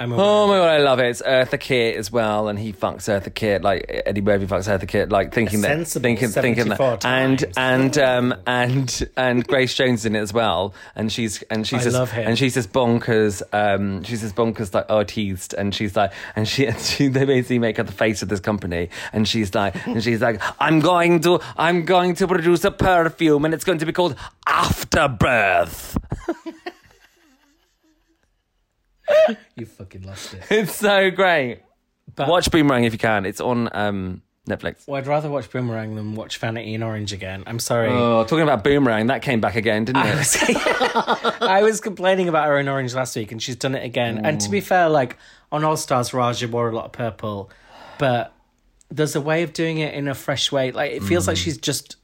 I'm Oh aware. my god, I love it. It's Eartha Kitt as well, and he fucks Eartha Kitt like Eddie Murphy fucks Eartha Kitt, like thinking that sensible thinking thinking that, 74 and times. and um and and Grace Jones is in it as well, and she's and she's I just, love him. and she's this bonkers um she's this bonkers like artiste, and she's like and she and she they basically make her the face of this company, and she's like and she's like I'm going to I'm going to produce a perfume, and it's going to be called Afterbirth. You fucking lost it. It's so great. But- Watch Boomerang if you can. It's on um, Netflix. Well, I'd rather watch Boomerang than watch Vanity and Orange again. I'm sorry. Oh, talking about Boomerang, that came back again, didn't it? I was complaining about her in orange last week, and she's done it again. And to be Mm. fair, like on All Stars, Raja wore a lot of purple, but there's a way of doing it in a fresh way. Like it feels Mm. like she's just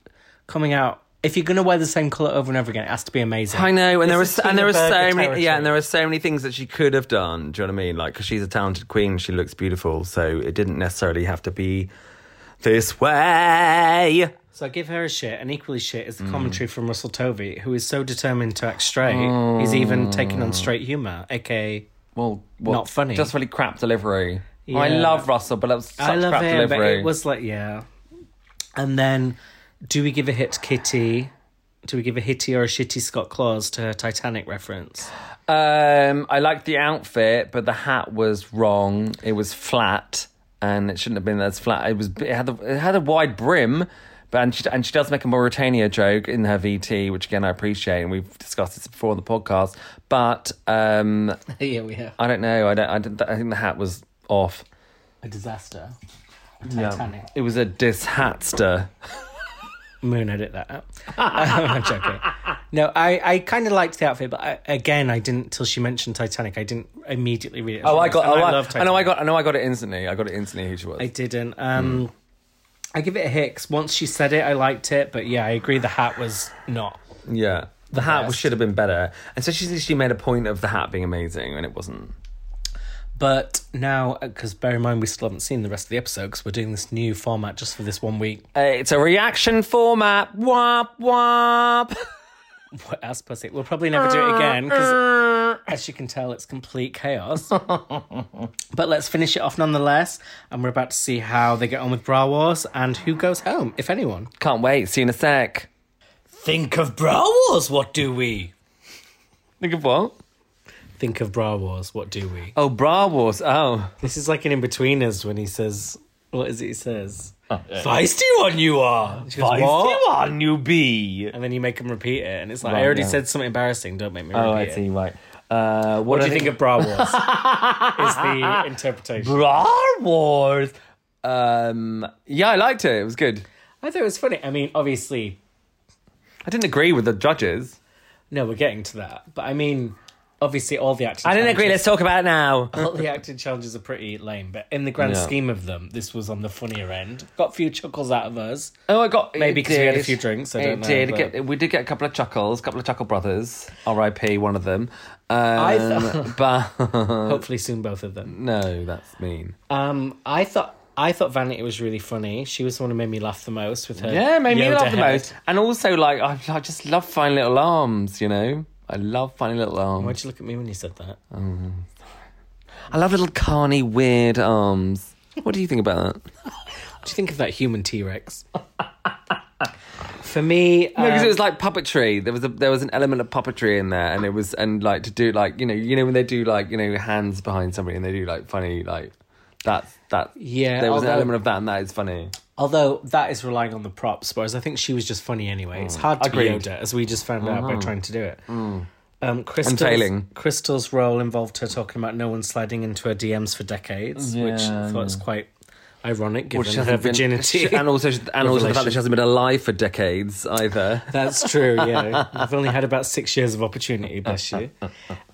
coming out. If you're gonna wear the same color over and over again, it has to be amazing. I know, and there was This is and there are so Tina many, Burger yeah, territory. and there are so many things that she could have done. Do you know what I mean? Like, because she's a talented queen, she looks beautiful, so it didn't necessarily have to be this way. So I give her a shit, and equally shit is the Hmm. commentary from Russell Tovey, who is so determined to act straight, he's Oh. even taking on straight humor, aka Well, well, Not funny. Just really crap delivery. Oh, I Yeah. love Russell, but that was such I love crap him, delivery. but it was like yeah. And then, do we give a hit to Kitty? Do we give a hitty or a shitty Scott Claus to her Titanic reference? Um, I liked the outfit, but the hat was wrong. It was flat, and it shouldn't have been as flat. It was. It had a, it had a wide brim, but and she and she does make a Mauritania joke in her VT, which again I appreciate, and we've discussed this before on the podcast. But um, yeah, we have I don't know. I don't. I, don't, I think the hat was off. a disaster. Yeah. It was a dishatster. Moon edit that out. I'm joking. No, I, I kind of liked the outfit, but I, again, I didn't till she mentioned Titanic. I didn't immediately read it. as Oh, I reference, got. and Oh, I, love I know. I Titanic. got. I know. I got it instantly. I got it instantly. Who she was. I didn't. Um, I give it a Hicks. Once she said it, I liked it, but yeah, I agree. The hat was not. Yeah. The hat best. should have been better. And so she, she made a point of the hat being amazing, and it wasn't. But now, because bear in mind, we still haven't seen the rest of the episode because we're doing this new format just for this one week. Uh, it's a reaction format. Womp womp. What ass pussy? We'll probably never do it again because, as you can tell, it's complete chaos. but let's finish it off nonetheless. And we're about to see how they get on with Bra Wars and who goes home, if anyone. Can't wait. See you in a sec. Think of Bra Wars, what do we? Think of what? Think of Bra Wars, what do we? Oh, bra wars. Oh, This is like an in betweeners when he says, What is it he says? Feisty one you are! She goes, "What?" on you be. And then you make him repeat it, and it's like, Right, I already yeah. said something embarrassing, don't make me repeat Oh, I it. see. Right. Uh, what, What do you think of Bra Wars? is the interpretation. bra wars? Um, yeah, I liked it. It was good. I thought it was funny. I mean, obviously, I didn't agree with the judges. no, we're getting to that. But I mean, obviously all the acting. I didn't agree. Let's challenges- talk about it now. All the acting challenges are pretty lame, but in the grand Yeah. scheme of them, this was on the funnier end. Got a few chuckles out of us. Oh, I got Maybe it 'cause we had a did. few drinks, I it don't know, did. but- Get- we did get a couple of chuckles, a couple of chuckle brothers. R.I.P. One of them. Um, I but Hopefully, soon both of them. no, that's mean. Um, I thought I thought Vanity was really funny. She was the one who made me laugh the most with her. Yeah, made me Yoda laugh the head. most. And also, like, I, I just love fine little arms. You know, I love fine little arms. Why'd you look at me when you said that? I love little carny weird arms. What do you think about that? What do you think of that human T Rex? For me, No, because um, it was like puppetry. There was a there was an element of puppetry in there, and it was and like to do like you know you know when they do like you know hands behind somebody and they do like funny like that's that Yeah, there was an although- element of that and that is funny. although that is relying on the props, whereas I think she was just funny anyway. It's hard to be Mm, Agreed. Mm-hmm. Mm. Yoda, as we just found out by trying to do it. Um, Crystal's, failing. Crystal's role involved her talking about no one sliding into her DMs for decades, which Yeah, I thought was quite ironic given she her hasn't been- virginity. and also she- and also the fact that Revelation. she hasn't been alive for decades either. That's true, yeah. I've only had about six years of opportunity, bless you.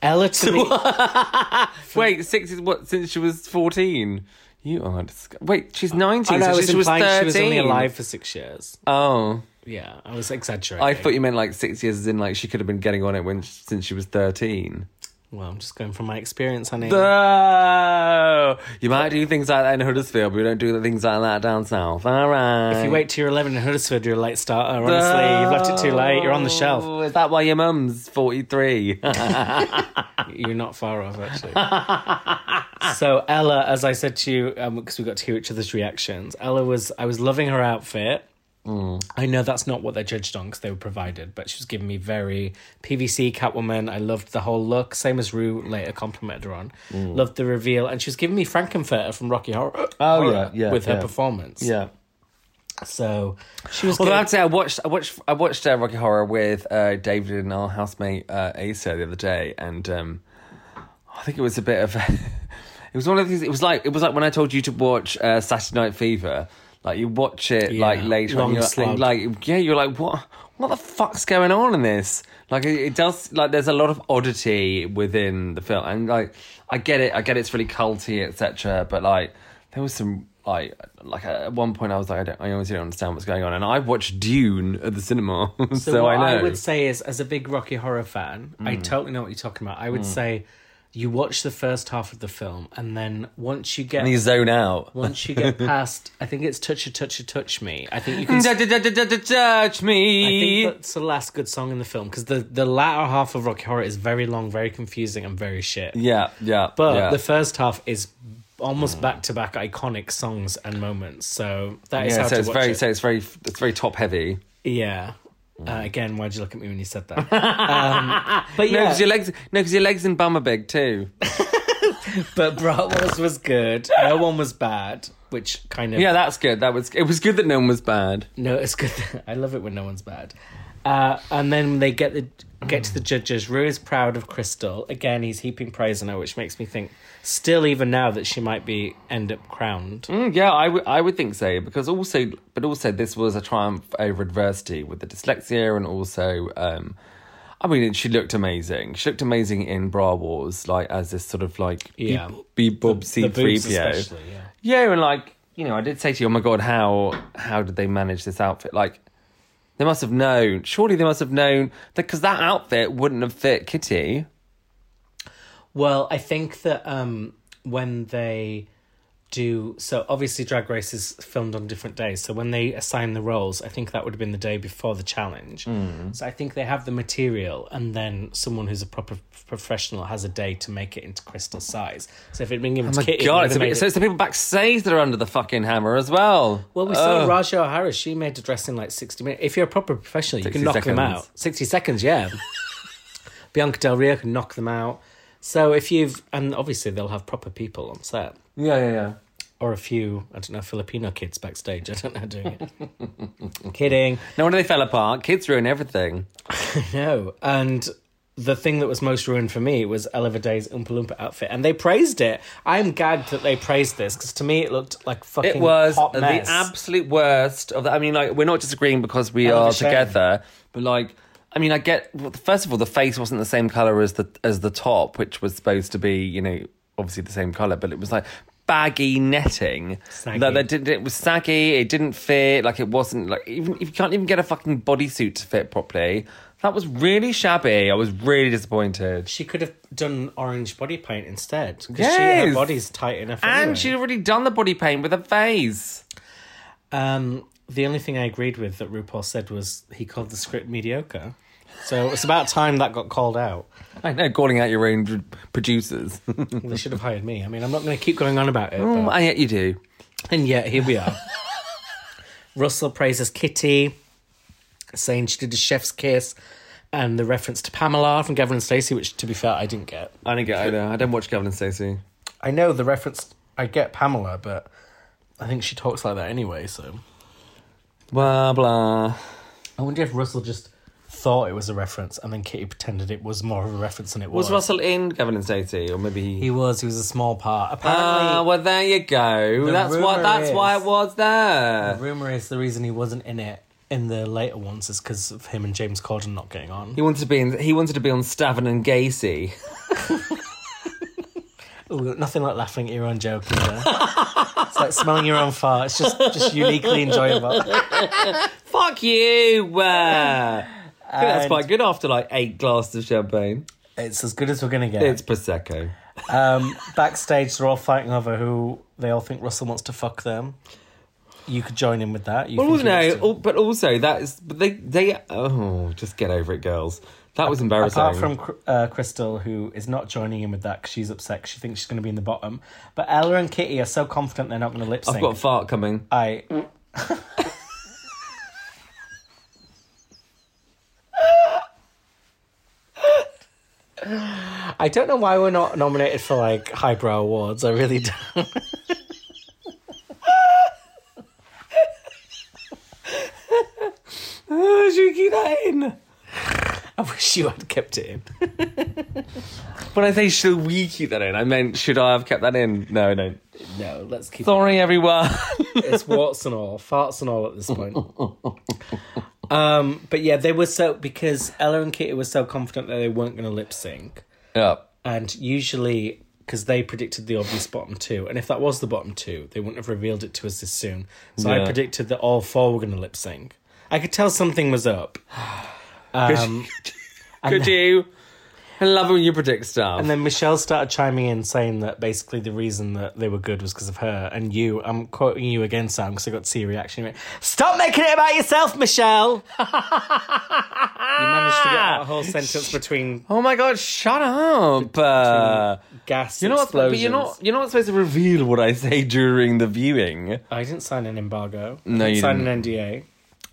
Ella to me, Wait, six is what since she was fourteen. You are disg- wait. She's nineteen. I know, I so was she was implying thirteen. she was only alive for six years. Oh, Yeah, I was exaggerating. I thought you meant like six years. As in, like she could have been getting on it when since she was thirteen. Well, I'm just going from my experience, honey. Oh, you might do things like that in Huddersfield, but we don't do the things like that down south. All right. If you wait till you're 11 in Huddersfield, you're a late starter. Honestly, you've left it too late. You're on the shelf. Oh, Is that why your mum's 43? You're not far off, actually. so Ella, as I said to you, because we got to hear each other's reactions, Ella was I was loving her outfit. Mm. I know that's not what they're judged on because they were provided, but she was giving me very PVC Catwoman. I loved the whole look. Same as Rue later complimented her on. Mm. Loved the reveal, and she was giving me Frankenfurter from Rocky Horror. Oh, yeah, Horror yeah, with her yeah. performance. yeah. So she was. Although I good. have to say, I watched, I watched, I watched uh, Rocky Horror with uh, David and our housemate uh, Asa the other day, and um, I think it was a bit of, it was one of these. It was like, it was like when I told you to watch uh, Saturday Night Fever. Like you watch it like Yeah, later, long on, you're slog. like, like yeah, you're like what? What the fuck's going on in this? Like it, it does. Like there's a lot of oddity within the film, and like I get it. I get it's really culty, etc. But like there was some like like at one point I was like I don't I honestly don't understand what's going on, and I watched Dune at the cinema, so, So what I know. Mm. would say is, as a big Rocky Horror fan, I totally know what you're talking about. I would say you watch the first half of the film, and then once you get and you zone out. once you get past, I think it's "Touch a Touch a Touch Me." I think you can. s- I Judge me. think that's the last good song in the film because the the latter half of Rocky Horror is very long, very confusing, and very shit. Yeah, yeah. But yeah. Mm. the first half is almost back to back iconic songs and moments. So that is yeah, how so to it's watch very, it. so it's very, it's very top heavy. yeah. Uh, again, why'd you look at me when you said that? um, but No, yeah, because your legs, no, because your legs and bum are big too. But Bratwurst was good. No one was bad, which kind of Yeah, that's good. That was, it was good that no one was bad. no, it's good. I love it when no one's bad. Uh, and then they get the get to the judges. Rue is proud of Crystal again. He's heaping praise on her, which makes me think still even now that she might be end up crowned. Mm, yeah, I would- I would think so because also, but also this was a triumph over adversity with the dyslexia and also, um, I mean, she looked amazing. She looked amazing in Bra Wars, like as this sort of like Yeah. be Bob The C three boobs PO. especially, yeah. Yeah, and like you know, I did say to you, oh my god, how how did they manage this outfit? Like they must have known. Surely they must have known that because that outfit wouldn't have fit Kitty. Well, I think that um, when they do so, obviously Drag Race is filmed on different days. So when they assign the roles, I think that would have been the day before the challenge. Mm. So I think they have the material, and then someone who's a proper professional has a day to make it into crystal size. So if it'd been given Oh to my Kitty, it god! would've It's, a bit, made so it- it's the people backstage that are under the fucking hammer as well. well, we saw Oh. Raja O'Hara. She made a dress in like sixty minutes. If you're a proper professional, you can 60 knock them seconds. out. Sixty seconds, yeah. Bianca Del Rio can knock them out. So if you've and obviously they'll have proper people on set. Yeah, yeah, yeah. or a few, I don't know, Filipino kids backstage. I don't know how doing it. Kidding. No wonder they fell apart. Kids ruin everything. No. And the thing that was most ruined for me was Oliver Day's Oompa Loompa outfit. And they praised it. I'm gagged that they praised this because to me it looked like fucking It was hot the mess. absolute worst of the. I mean, like we're not disagreeing because we Hell of a are shame. together, but like I mean, I get. well, First of all, the face wasn't the same color as the as the top, which was supposed to be, you know, obviously the same color, but it was like baggy netting. Saggy. Like, that didn't. It was saggy. It didn't fit. Like it wasn't like even if you can't even get a fucking bodysuit to fit properly. That was really shabby. I was really disappointed. She could have done orange body paint instead. Because she, her Yes. body's tight enough. anyway. And she'd already done the body paint with her face. Um, the only thing I agreed with that RuPaul said was he called the script mediocre. So it's about time that got called out. I know, calling out your own producers. They should have hired me. I mean, I'm not going to keep going on about it. Mm, but- and yet you do. And yet, here we are. Russell praises Kitty, saying she did a chef's kiss, and the reference to Pamela from Gavin and Stacey, which, to be fair, I didn't get. I don't get either. I don't watch Gavin and Stacey. I know the reference, I get Pamela, but I think she talks like that anyway, so. Blah blah. I wonder if Russell just thought it was a reference, and then Kitty pretended it was more of a reference than it was. Was Russell in Gavin and Stacey, or maybe he? He was. He was a small part. Ah, Apparently, well, there you go. The That's why. rumour That's why is- it was there. rumor is the reason he wasn't in it in the later ones is because of him and James Corden not getting on. He wanted to be. In, he wanted to be on Stavon and Gacy. Ooh, nothing like laughing at your own joke either. it's like smelling your own fart. It's just just uniquely enjoyable. Fuck you. Uh, I think that's And- quite good after like eight glasses of champagne. It's as good as we're gonna get. It's prosecco. Um, backstage, they're all fighting over who they all think Russell wants to fuck them. You could join in with that. You Well, think he no, wants to- al- but also that is. But they. They. Oh, just get over it, girls. That was embarrassing. Apart from Cr- uh, Crystal, who is not joining in with that because she's upset. 'cause she thinks she's going to be in the bottom. But Ella and Kitty are so confident they're not going to lip sync. I've got a fart coming. I. I don't know why we're not nominated for like highbrow awards. I really don't. Oh, should we keep that in? I wish you had kept it in. When I say should we keep that in, I meant should I have kept that in? No, no. No, let's keep Sorry, everyone. it's warts and all, farts and all at this point. um, but yeah, they were so because Ella and Kitty were so confident that they weren't going to lip sync, yeah. and usually because they predicted the obvious bottom two, and if that was the bottom two, they wouldn't have revealed it to us this soon. So I Yeah. predicted that all four were going to lip sync. I could tell something was up. Um, Could you? I love it when you predict stuff. and then Michelle started chiming in, saying that basically the reason that they were good was because of her and you. I'm quoting you again, Sam, because I got to see your reaction. You went, Stop making it about yourself, Michelle. you managed to get that whole sentence between Ah! oh my god, shut up! Uh, gas. you're not, but you're not, you're not supposed to reveal what I say during the viewing. I didn't sign an embargo. No, I you sign didn't. an NDA.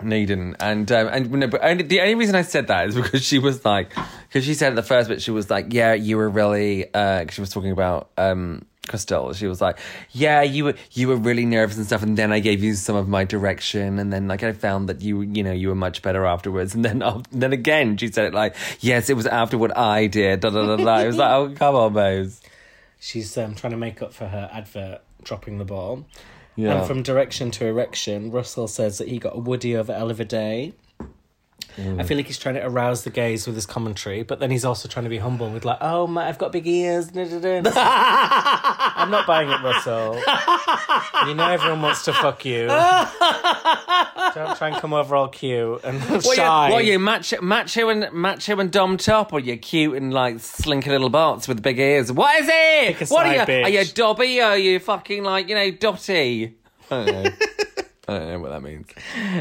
No, you didn't. And um, and no, but only, the only reason I said that is because she was like, because she said at the first bit she was like, yeah, you were really, uh, 'cause she was talking about um, Crystal. She was like, yeah, you were you were really nervous and stuff, and then I gave you some of my direction, and then like I found that you you know you were much better afterwards, and then af- then again she said it like, yes, it was after what I did. Da da da da. It was like, oh come on, Mose. She's um, trying to make up for her advert, dropping the ball. Yeah. And from direction to erection, Russell says that he got a Woody over Oliver Day. Mm. I feel like he's trying to arouse the gaze with his commentary, but then he's also trying to be humble with like, "Oh my, I've got big ears." da, da, da." I'm not buying it, Russell. You know everyone wants to fuck you. Don't try and come over all cute and What shy. you, what you macho, macho and macho and dom top, or you cute and like slinky little barts with big ears? What is it? Pick a what side, are you? bitch. Are you Dobby? Or are you fucking like you know Dotty? I don't know. I don't know what that means.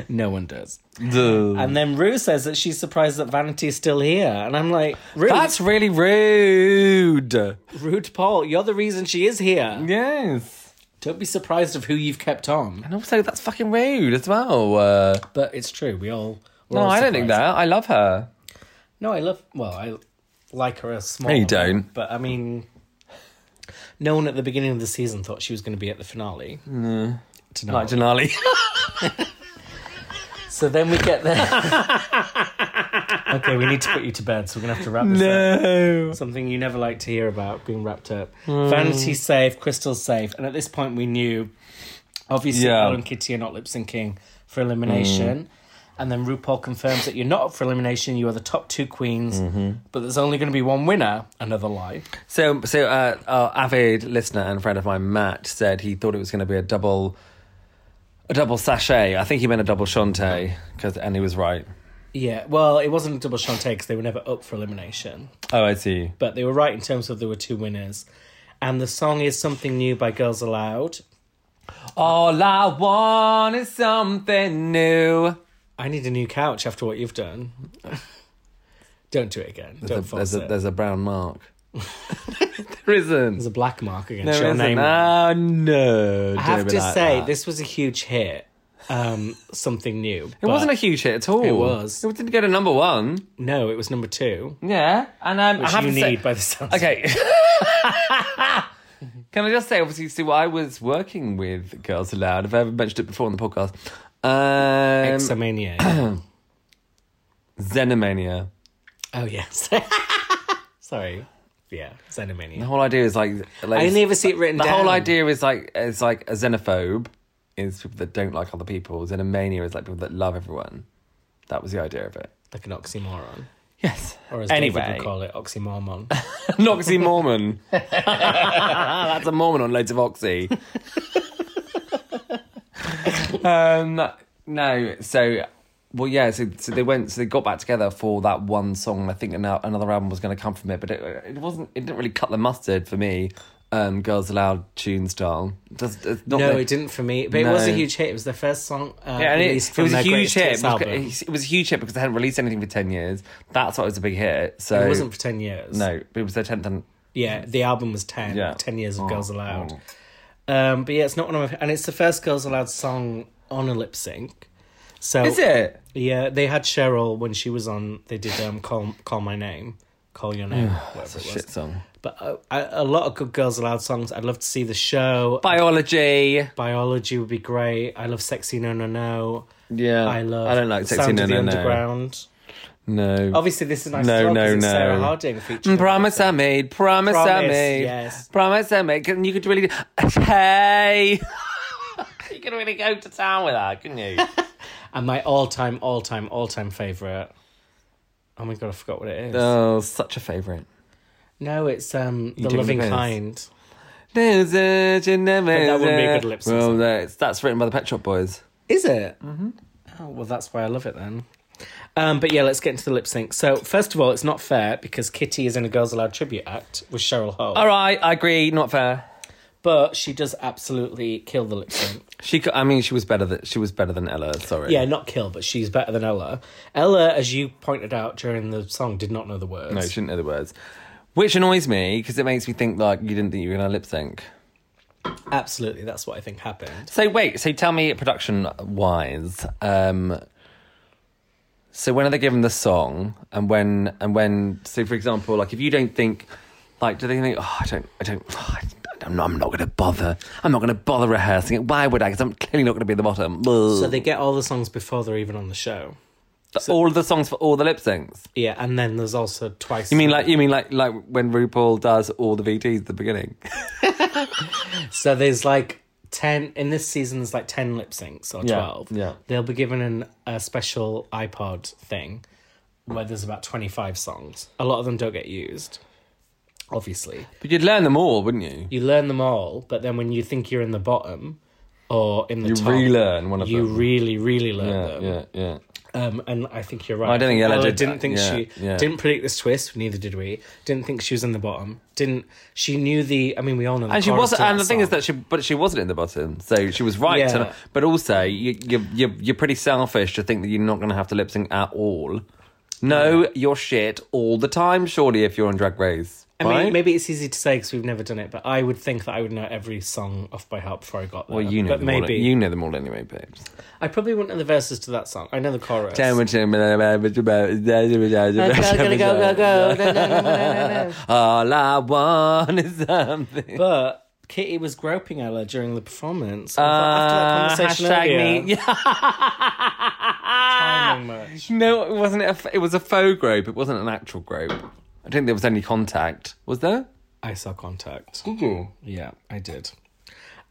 No one does. Duh. And then Rue says that she's surprised that Vanity is still here, and I'm like, Rue, That's really rude. Rude Paul, you're the reason she is here. Yes. Don't be surprised of who you've kept on. And also, that's fucking rude as well. Uh, But it's true, we all. we're no, all I don't think surprised. that. I love her. No, I love. Well, I like her as small. No, you don't. But I mean, no one at the beginning of the season thought she was going to be at the finale. No. Like Janali. so then we get there. okay, we need to put you to bed, so we're going to have to wrap this up. no. Something you never like to hear about being wrapped up. Hmm. Vanity's safe, Crystal's safe, and at this point we knew, obviously, Yeah. Hmm. Paul and Kitty are not lip syncing for elimination. And then RuPaul confirms that you're not up for elimination. You are the top two queens, Mm-hmm. but there's only going to be one winner. Another lie. So, so uh, our avid listener and friend of mine, Matt, said he thought it was going to be a double, a double sachet. I think he meant a double shante, because and he was right. Yeah. Well, it wasn't a double Shantae because they were never up for elimination, Oh, I see. but they were right in terms of there were two winners. And the song is something new by Girls Aloud. All I want is something new. I need a new couch after what you've done. Don't do it again. Don't There's a, force there's, a, it. there's a brown mark. there isn't. There's a black mark against There your isn't. name. Oh no! I have to say, this was a huge hit. Um, something new. it wasn't a huge hit at all. It was. It didn't go to number one. no. It was number two, which Yeah, and um, I have you to need say- by the sound. Okay. Can I just say, obviously, Sue, I was working with Girls Aloud. I've ever mentioned it before on the podcast. Um, Exomania. yeah. Xenomania. oh yes. Sorry. Yeah, Xenomania. The whole idea is like, like I never see it written the down. whole idea is like it's like a xenophobe is people that don't like other people. Xenomania is like people that love everyone. That was the idea of it. like an oxymoron, Yes. or as David anyway, would call it, oxymormon. an oxy Mormon. That's a Mormon on loads of oxy. um, no, so well, yeah. So, so they went. So they got back together for that one song. I think ano- another album was going to come from it, but it, it wasn't. It didn't really cut the mustard for me. Um, Girls Aloud tune style. Just, it's not no, the- it didn't for me, but it was a No. huge hit. It was the first song uh, Yeah, and it, released it from was a their huge Greatest hit. Hits It was, album. it was a huge hit because they hadn't released anything for ten years. That's why it was a big hit. So It wasn't for ten years. no, it was their tenth and Yeah, the album was 10. Yeah. Oh, 10 years of Girls Aloud. Um, but yeah, it's not one of my. And it's the first Girls Aloud song on a lip sync. So is it? Yeah, they had Cheryl when she was on. They did um, call call my name, call your name, whatever it was. Shit song. But uh, a, a lot of good Girls Aloud songs. I'd love to see the show. Biology. Biology would be great. I love sexy no no no. Yeah, I love. I don't like sexy. Sound no, of the no, underground. no, no. Obviously, this is nice. No, as well, 'cause no, it's no. Sarah Harding featured. Oh, Mm, Promise I made. Promise, I Promise, made. yes. Promise I made. And you could really do. Hey. you could really go to town with that, couldn't you? And my all time, all time, all time favourite. Oh my god, I forgot what it is. oh, such a favourite. no, it's um The Taking the Loving Piss. Kind. that would that wouldn't be a good lip sync Well, song. that's, that's written by the Pet Shop Boys. Is it? Mm-hmm. Oh well that's why I love it then. Um, but yeah, let's get into the lip sync. So first of all, it's not fair because Kitty is in a Girls Aloud tribute act with Cheryl Hole, All right, I agree. Not fair. but she does absolutely kill the lip sync. She, co- I mean, she was better than she was better than Ella. Sorry. yeah, not kill, but she's better than Ella. Ella, as you pointed out during the song, did not know the words. No, she didn't know the words, which annoys me because it makes me think like you didn't think you were gonna lip sync. absolutely, that's what I think happened. So wait, so tell me production wise, um so when are they given the song and when and when so for example, like if you don't think like do they think oh I don't I don't oh, I don't- I'm not, I'm not going to bother. I'm not going to bother rehearsing it. Why would I? Because I'm clearly not going to be at the bottom. So they get all the songs before they're even on the show. all of the songs for all the lip syncs. Yeah, and then there's also twice. You mean like you mean like like when RuPaul does all the VTs at the beginning? so? There's like ten in this season. There's like ten lip syncs or Yeah, twelve. yeah. they'll be given an, a special iPod thing where there's about twenty five songs. A lot of them don't get used. Obviously, But you'd learn them all, wouldn't you? you learn them all, but then when you think you're in the bottom or in the You top, relearn one of you them. really, really learn yeah, them. yeah, yeah. Um, and I think you're right. I don't think Ella did didn't that. think Yeah, she yeah. didn't predict this twist. Neither did we. Didn't think she was in the bottom. Didn't she knew the? I mean, we all know. The And she chorus wasn't. to And the thing is song. that she, but she wasn't in the bottom, so she was right. Yeah. To, but also, you, you, you, you're pretty selfish to think that you're not going to have to lip sync at all. No, you're shit all the time. Surely, if you're on Drag Race, I mean, right? maybe it's easy to say because we've never done it, but I would think that I would know every song off by heart before I got there. Well, you know but them maybe all. You know them all anyway, babes. I probably wouldn't know the verses to that song. I know the chorus. All I want is something. But Kitty was groping Ella during the performance. I Uh, thought after that conversation hashtag me. earlier, timing much. No, it wasn't. A, f- it was a faux grope. It wasn't an actual grope. I don't think there was any contact. Was there? I saw contact. Did you? Yeah, I did.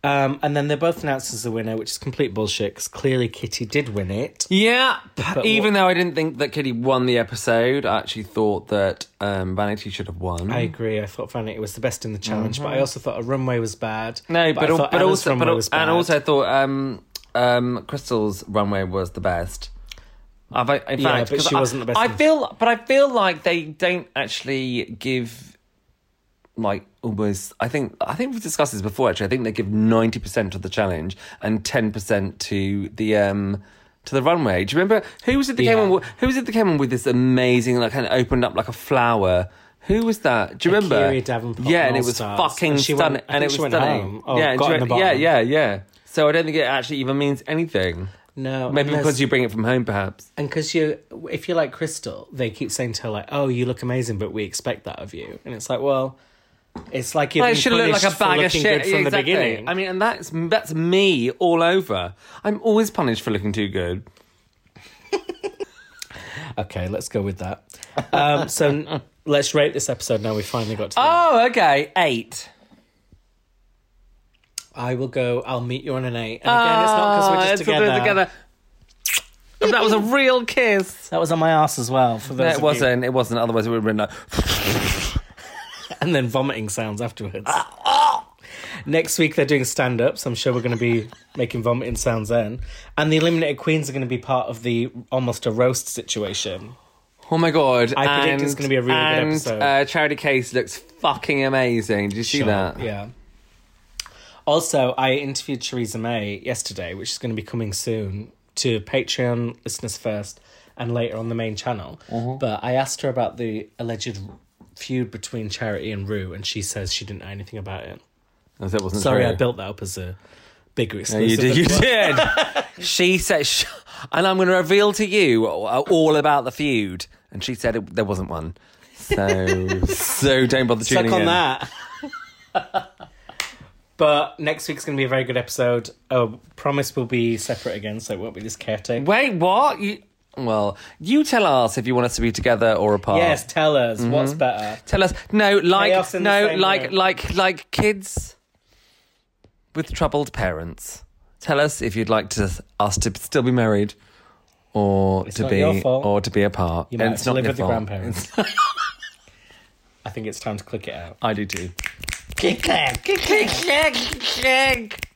Um, and then they're both announced as the winner, which is complete bullshit because clearly Kitty did win it. Yeah, even though I didn't think that Kitty won the episode, I actually thought that um, Vanity should have won. I agree. I thought Vanity was the best in the challenge, but I also thought a runway was bad. Mm-hmm. no, but I al- thought but Ella's also but runway al- was bad. and also I thought um, um, Crystal's runway was the best. I've, in fact, Yeah, but 'cause she I, wasn't the best I in- feel, but I feel like they don't actually give like almost. I think I think we've discussed this before. Actually, I think they give ninety percent of the challenge and ten percent to the. um to the runway. Do you remember who was it that Yeah. came on? with- Who was it that came on with this amazing, like, kind of opened up like a flower? Who was that? Do you remember? Akira Davenport yeah, and and it All was Stars. fucking And she went- stunning. I and think it was she went stunning. home. Oh, yeah, got do in you- the yeah, bottom. yeah, yeah. So I don't think it actually even means anything. no, Maybe and there's- because you bring it from home, perhaps. and because you, if you're like Crystal, they keep saying to her like, "Oh, you look amazing," but we expect that of you, and it's like, well, it's like you've Like, it been should look like punished a for bag of looking shit good from Yeah, the exactly. beginning. I mean, and that's that's me all over. I'm always punished for looking too good. okay, let's go with that. Um, so n- let's rate this episode. Now we finally got to. the Oh, okay, eight. I will go. I'll meet you on an eight. And again, it's not because we're just Ah, it's- together. that was a real kiss. That was on my ass as well. For those No, of it you- wasn't. It wasn't. Otherwise, it would have been like. and then vomiting sounds afterwards. Ah, Next week they're doing stand ups. I'm sure we're going to be making vomiting sounds then. And the eliminated queens are going to be part of the almost a roast situation. Oh my god! I and, predict it's gonna be a really good and, episode. Uh, Charity Case looks fucking amazing. Did you see Sure, that? Yeah. Also, I interviewed Theresa May yesterday, which is going to be coming soon to Patreon listeners first and later on the main channel. Uh-huh. But I asked her about the alleged feud between Charity and Rue, and she says she didn't know anything about it. As it wasn't Sorry, true. I built that up as a bigger Yeah, You exclusive. did. You did. she said, sh- and I'm going to reveal to you uh, all about the feud. And she said it, there wasn't one. So, so don't bother tuning Suck on in. that. but next week's going to be a very good episode. Oh, promise we'll be separate again, so it won't be this caretaker. Wait, what? You, well, you tell us if you want us to be together or apart. Yes, tell us Mm-hmm. what's better. Tell us. No, like, Chaos in the no, same like, room. like, like kids with troubled parents. Tell us if you'd like to, us to still be married, or to not be, your fault. or to be apart. You And might it's have to not live your with the fault. grandparents. I think it's time to click it out. I do too. Click, click, click, click, click.